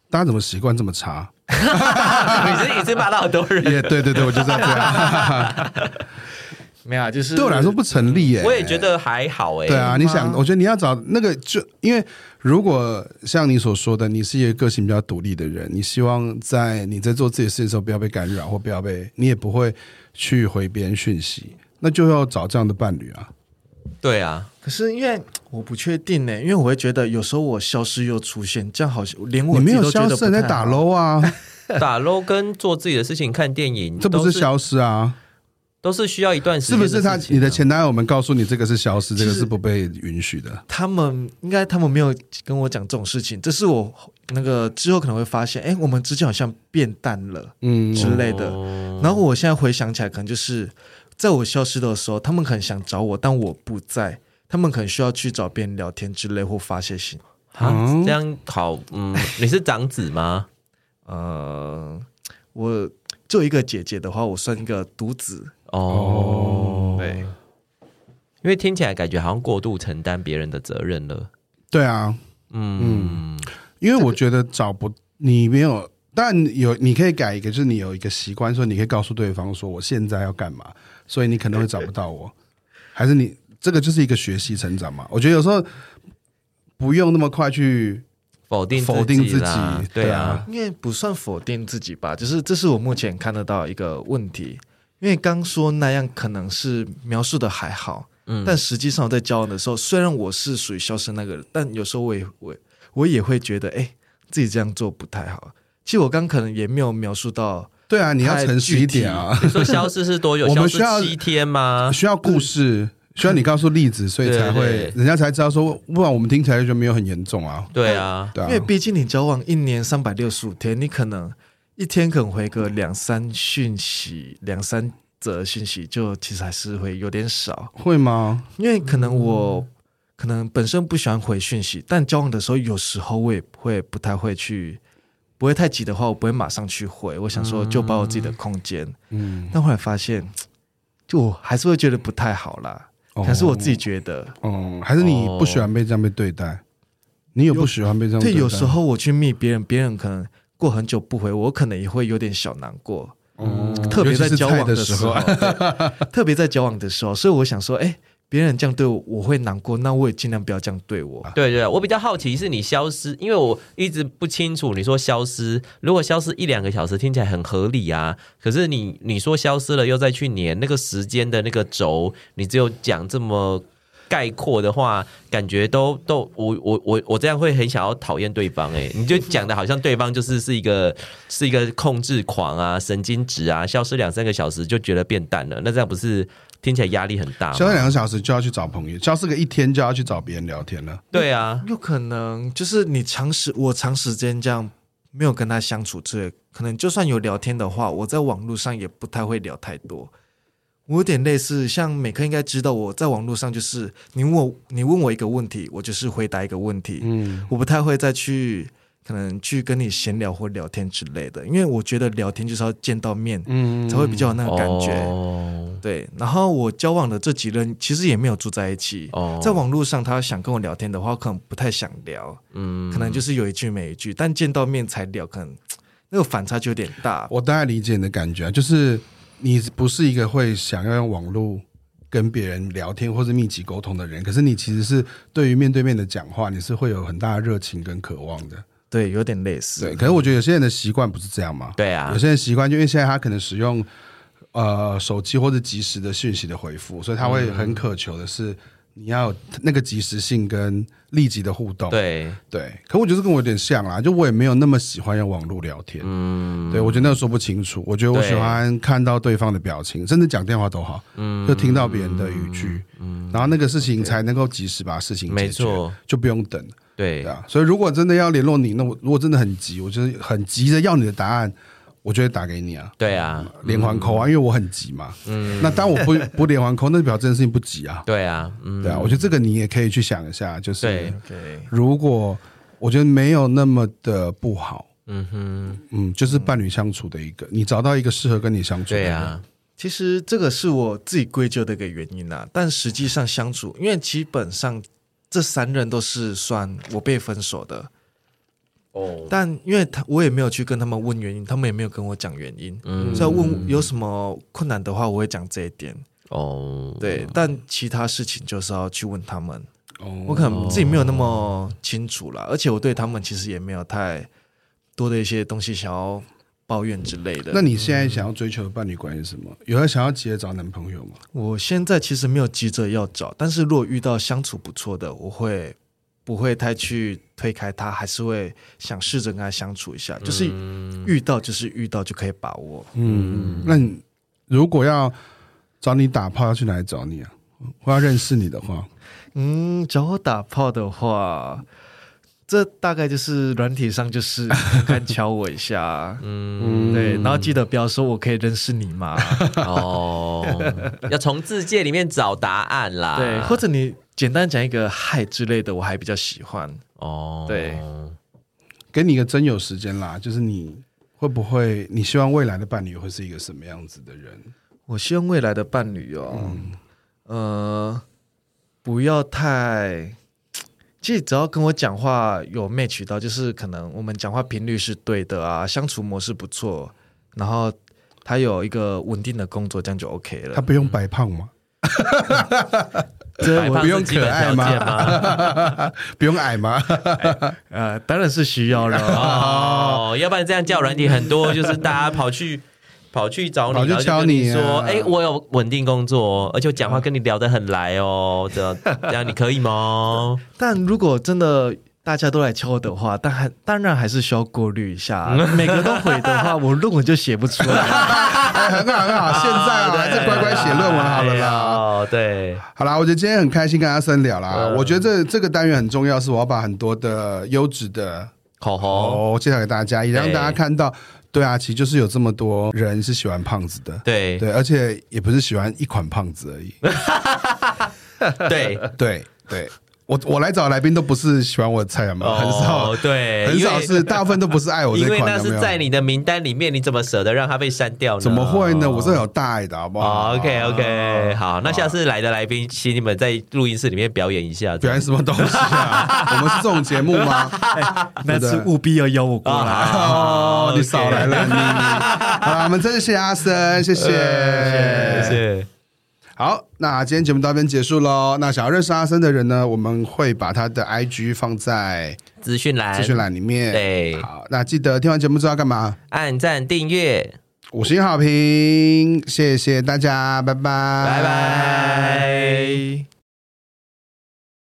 C: 大家怎么习惯这么差？
A: 你是你是骂到很多人，
C: *laughs* 也对对对，我就是要这样。
B: *laughs* 没有啊，就是
C: 对我来说不成立耶。
A: 我也觉得还好哎、
C: 对啊，
B: 吗
C: 你想，我觉得你要找那个就，因为如果像你所说的，你是一个个性比较独立的人，你希望在你在做自己的事情的时候不要被干扰，或不要被，你也不会去回别人讯息，那就要找这样的伴侣啊。*laughs*
A: 对啊，
B: 可是因为我不确定呢，因为我会觉得有时候我消失又出现，这样好像连我自
C: 你没
B: 己
C: 有
B: 都觉
C: 消
B: 得
C: 失，
B: 不
C: 你
B: 太
C: 在
B: 好
C: 打
B: *laughs*
C: low 啊，
A: 打 l 跟做自己的事情、看电影，
C: 这不
A: 都
C: 是消失啊，
A: 都是需要一段时
C: 是
A: 间、
C: 不是他？
B: 啊
C: 你的
A: 钱？
C: 前男友们告诉你这个是消失，这个是不被允许的。
B: 他们应该他们没有跟我讲这种事情，这是我那个之后可能会发现，哎，我们之间好像变淡了
C: 嗯，
B: 之类的。
A: 哦
B: 然后我现在回想起来，可能就是在我消失的时候，他们可能想找我，但我不在，他们可能需要去找别人聊天之类或发泄信。
A: 啊
C: 嗯，
A: 这样好，嗯， *laughs* 你是长子吗？
B: 呃，我就一个姐姐的话，我算一个独子，
A: 哦，
B: 对。
A: 因为听起来感觉好像过度承担别人的责任了。
C: 对啊，
A: 嗯，
C: 因为我觉得找不你没有，但有你可以改一个，就是你有一个习惯，说你可以告诉对方说我现在要干嘛，所以你可能会找不到我， *laughs* 还是你这个就是一个学习成长嘛？我觉得有时候不用那么快去，
A: 否定
C: 否定自
A: 啦
C: 己
A: 对
C: 对
A: 啊
C: 啊，
B: 因为不算否定自己吧，就是这是我目前看得到一个问题。因为刚说那样可能是描述的还好，
A: 嗯
B: 但实际上我在交往的时候，虽然我是属于消失那个人，但有时候我也我我也会觉得，哎、自己这样做不太好。其实我刚可能也没有描述到，
C: 对啊，你要诚实一点啊，
A: 你说消失是多久？
C: 我
A: 消
C: 们
A: 失
C: 需要
A: 七天
B: 啊
A: 吗？
C: 需要故
B: *laughs*
C: 事。需要你告诉例子，所以才会
A: 对对对
C: 人家才知道说，不然我们听起来就没有很严重啊，
A: 对啊，
C: 对
B: 因为
C: 啊，
B: 毕竟你交往一年三百六十五天，你可能一天可能回个两三讯息，两三则讯息，就其实还是会有点少。
C: 会吗？
B: 因为可能我、可能本身不喜欢回讯息，但交往的时候，有时候我也会不太会去，不会太急的话，我不会马上去回。我想说，就保有自己的空间。
C: 嗯，
B: 但后来发现，就我还是会觉得不太好啦。可是我自己觉得，
C: 哦，还是你不喜欢被这样被对待？你有不喜欢被这样
B: 对，
C: 待
B: 有时，候我去密别人，别人可能过很久不回我，我可能也会有点小难过。
C: 嗯
B: 特别在交往
C: 尤其
B: 的
C: 是菜
B: *laughs*
C: 的
B: 啊时候，对特别在交往的时候，所以我想说，哎、别人这样对我，我会难过，那我也尽量不要这样对我。
A: 对对，我比较好奇是你消失，因为我一直不清楚你说消失，如果消失一两个小时听起来很合理啊，可是你你说消失了又再去粘那个时间的那个轴，你只有讲这么概括的话，感觉都都我我我我这样会很想要讨厌对方哎、你就讲的好像对方就是是
B: *laughs*
A: 一个是一个控制狂啊、神经质啊，消失两三个小时就觉得变淡了，那这样不是听起来压力很大
C: 消失
A: 吗？
C: 两个小时就要去找朋友，消失个一天就要去找别人聊天了。
A: 对啊，
B: 有可能就是你长时我长时间这样没有跟他相处之类，可能就算有聊天的话，我在网络上也不太会聊太多。我有点类似，像美克应该知道，我在网络上就是你问我你问我一个问题，我就是回答一个问题，
C: 嗯，
B: 我不太会再去可能去跟你闲聊或聊天之类的，因为我觉得聊天就是要见到面，
C: 嗯
B: 才会比较有那个感觉。
A: 哦
B: 对，然后我交往的这几任其实也没有住在一起，
A: 哦
B: 在网络上他想跟我聊天的话，我可能不太想聊，
A: 嗯
B: 可能就是有一句没一句，但见到面才聊，可能那个反差就有点大。
C: 我大概理解你的感觉啊，就是你不是一个会想要用网络跟别人聊天或是密集沟通的人，可是你其实是对于面对面的讲话，你是会有很大的热情跟渴望的。
B: 对，有点类
C: 对，
B: 似。
C: 可是我觉得有些人的习惯不是这样嘛。
A: 对啊
C: 有，些人习惯就因为现在他可能使用呃手机或者及时的讯息的回复，所以他会很渴求的是你要有那个及时性跟立即的互动。
A: 对，
C: 对，可我觉得跟我有点像啦，就我也没有那么喜欢用网络聊天。嗯，对我觉得那个说不清楚，我觉得我
A: 对
C: 喜欢看到对方的表情，甚至讲电话都好，嗯，就听到别人的语句，嗯，然后那个事情才能够及时把事情解决，
A: 没错，
C: 就不用等。
A: 对
C: 对，啊，所以如果真的要联络你，那我如果真的很急，我就是很急着要你的答案，我就会打给你啊，
A: 对啊，
C: 连环扣啊，因为我很急嘛。嗯，那当我
A: *laughs*
C: 不不连环扣，那就表示这件事情不急啊。
A: 对啊，嗯，
C: 对啊，我觉得这个你也可以去想一下，就是
A: 对
B: OK，
C: 如果我觉得没有那么的不好，
A: 嗯哼，
C: 嗯，就是伴侣相处的一个，你找到一个适合跟你相处的
A: 对
C: 人，
A: 啊，
B: 其实这个是我自己归咎的一个原因啊，但实际上相处，因为基本上这三任都是算我被分手的，
A: 哦，
B: 但因为他我也没有去跟他们问原因，他们也没有跟我讲原因，
A: 嗯
B: 所以问有什么困难的话，我会讲这一点。
A: 哦，
B: 对，但其他事情就是要去问他们，
C: 哦，
B: 我可能自己没有那么清楚啦，而且我对他们其实也没有太多的一些东西想要抱怨之类的。
C: 那你现在想要追求的伴侣关系是什么？有要想要急着找男朋友吗？
B: 我现在其实没有急着要找，但是如果遇到相处不错的，我会不会太去推开他，还是会想试着跟他相处一下。就是
A: 嗯
B: 遇到就是遇到就可以把握。
C: 嗯，那你如果要找你打炮，要去哪里找你啊？我要认识你的话，
B: 嗯，找我打炮的话，这大概就是软体上就是敢敲我一下，嗯，对，然后记得不要说我可以认识你嘛，
C: *laughs*
A: 哦，要从字界里面找答案啦，
B: 对，或者你简单讲一个嗨之类的，我还比较喜欢。
A: 哦，
B: 对
C: 给你一个真有时间啦，就是你会不会，你希望未来的伴侣会是一个什么样子的人？
B: 我希望未来的伴侣哦，呃，不要太，其实只要跟我讲话有 match 到，就是可能我们讲话频率是对的啊，相处模式不错，然后他有一个稳定的工作，这样就 OK
C: 他
B: 了。
C: 不用白胖吗？
A: 白
B: 这我
A: 胖
C: 不用
A: 是基本
C: 可爱
A: 条件
C: *laughs*
A: 吗？
C: 不用矮 *laughs* 吗？
B: 呃，当然是需要了。
A: 哦，要不然这样叫软体很多，就是大家
C: *laughs*
A: 跑去。跑去找你，
C: 跑去
A: 然后就
C: 敲
A: 跟
C: 你
A: 你
C: 啊
A: 说：“哎、我有稳定工作哦，而且我讲话跟你聊得很来哦，
C: *laughs*
A: 这样这样你可以吗？
B: 但如果真的大家都来敲我的话，但还当然还是需要过滤一下啊、每个都回的话，我论文就写不出来。
C: 哎很好很好，现在啊，还是乖乖写论文好了啦。
A: 哦，对，
C: 好啦，我觉得今天很开心跟阿森聊啦。
A: 嗯
C: 我觉得这这个单元很重要，是我要把很多的优质的
A: 口红、
C: 哦哎介绍给大家，也让
A: 对
C: 大家看到，对啊，其实就是有这么多人是喜欢胖子的，
A: 对
C: 对，而且也不是喜欢一款胖子而
A: *laughs*
C: 已。
A: 对，
C: 对对，我我来找来宾都不是喜欢我的菜，有没有？ *laughs* 很少
A: 哦，，对，
C: 很
A: 因为
C: 少是大部分都不是爱我
A: 因
C: 这
A: 为
C: 款，
A: 那
C: 有没
A: 是
C: 有？
A: 在你的名单里面，你怎么舍得让它被删掉呢？
C: 怎么会呢？我是很有大爱的，好不好、
A: 哦？OK OK，好，那下次来的来宾，请你们在录音室里面表演一下。
C: 表演什么东西
A: *laughs*
C: 啊？我们是这种节目吗？
B: 那次务必要邀我过来。
C: 哦，你少来
A: OK
C: 了你。好啦，我们真的谢谢阿森，谢谢，
A: 谢谢。
C: 好，那今天节目到这边结束喽。那想要认识阿森的人呢，我们会把他的 IG 放在
A: 资讯栏，
C: 资讯，栏里面。
A: 对
C: 好，那记得听完节目之后要干嘛？
A: 按赞订阅，
C: 五星好评，谢谢大家，拜拜，
A: 拜拜。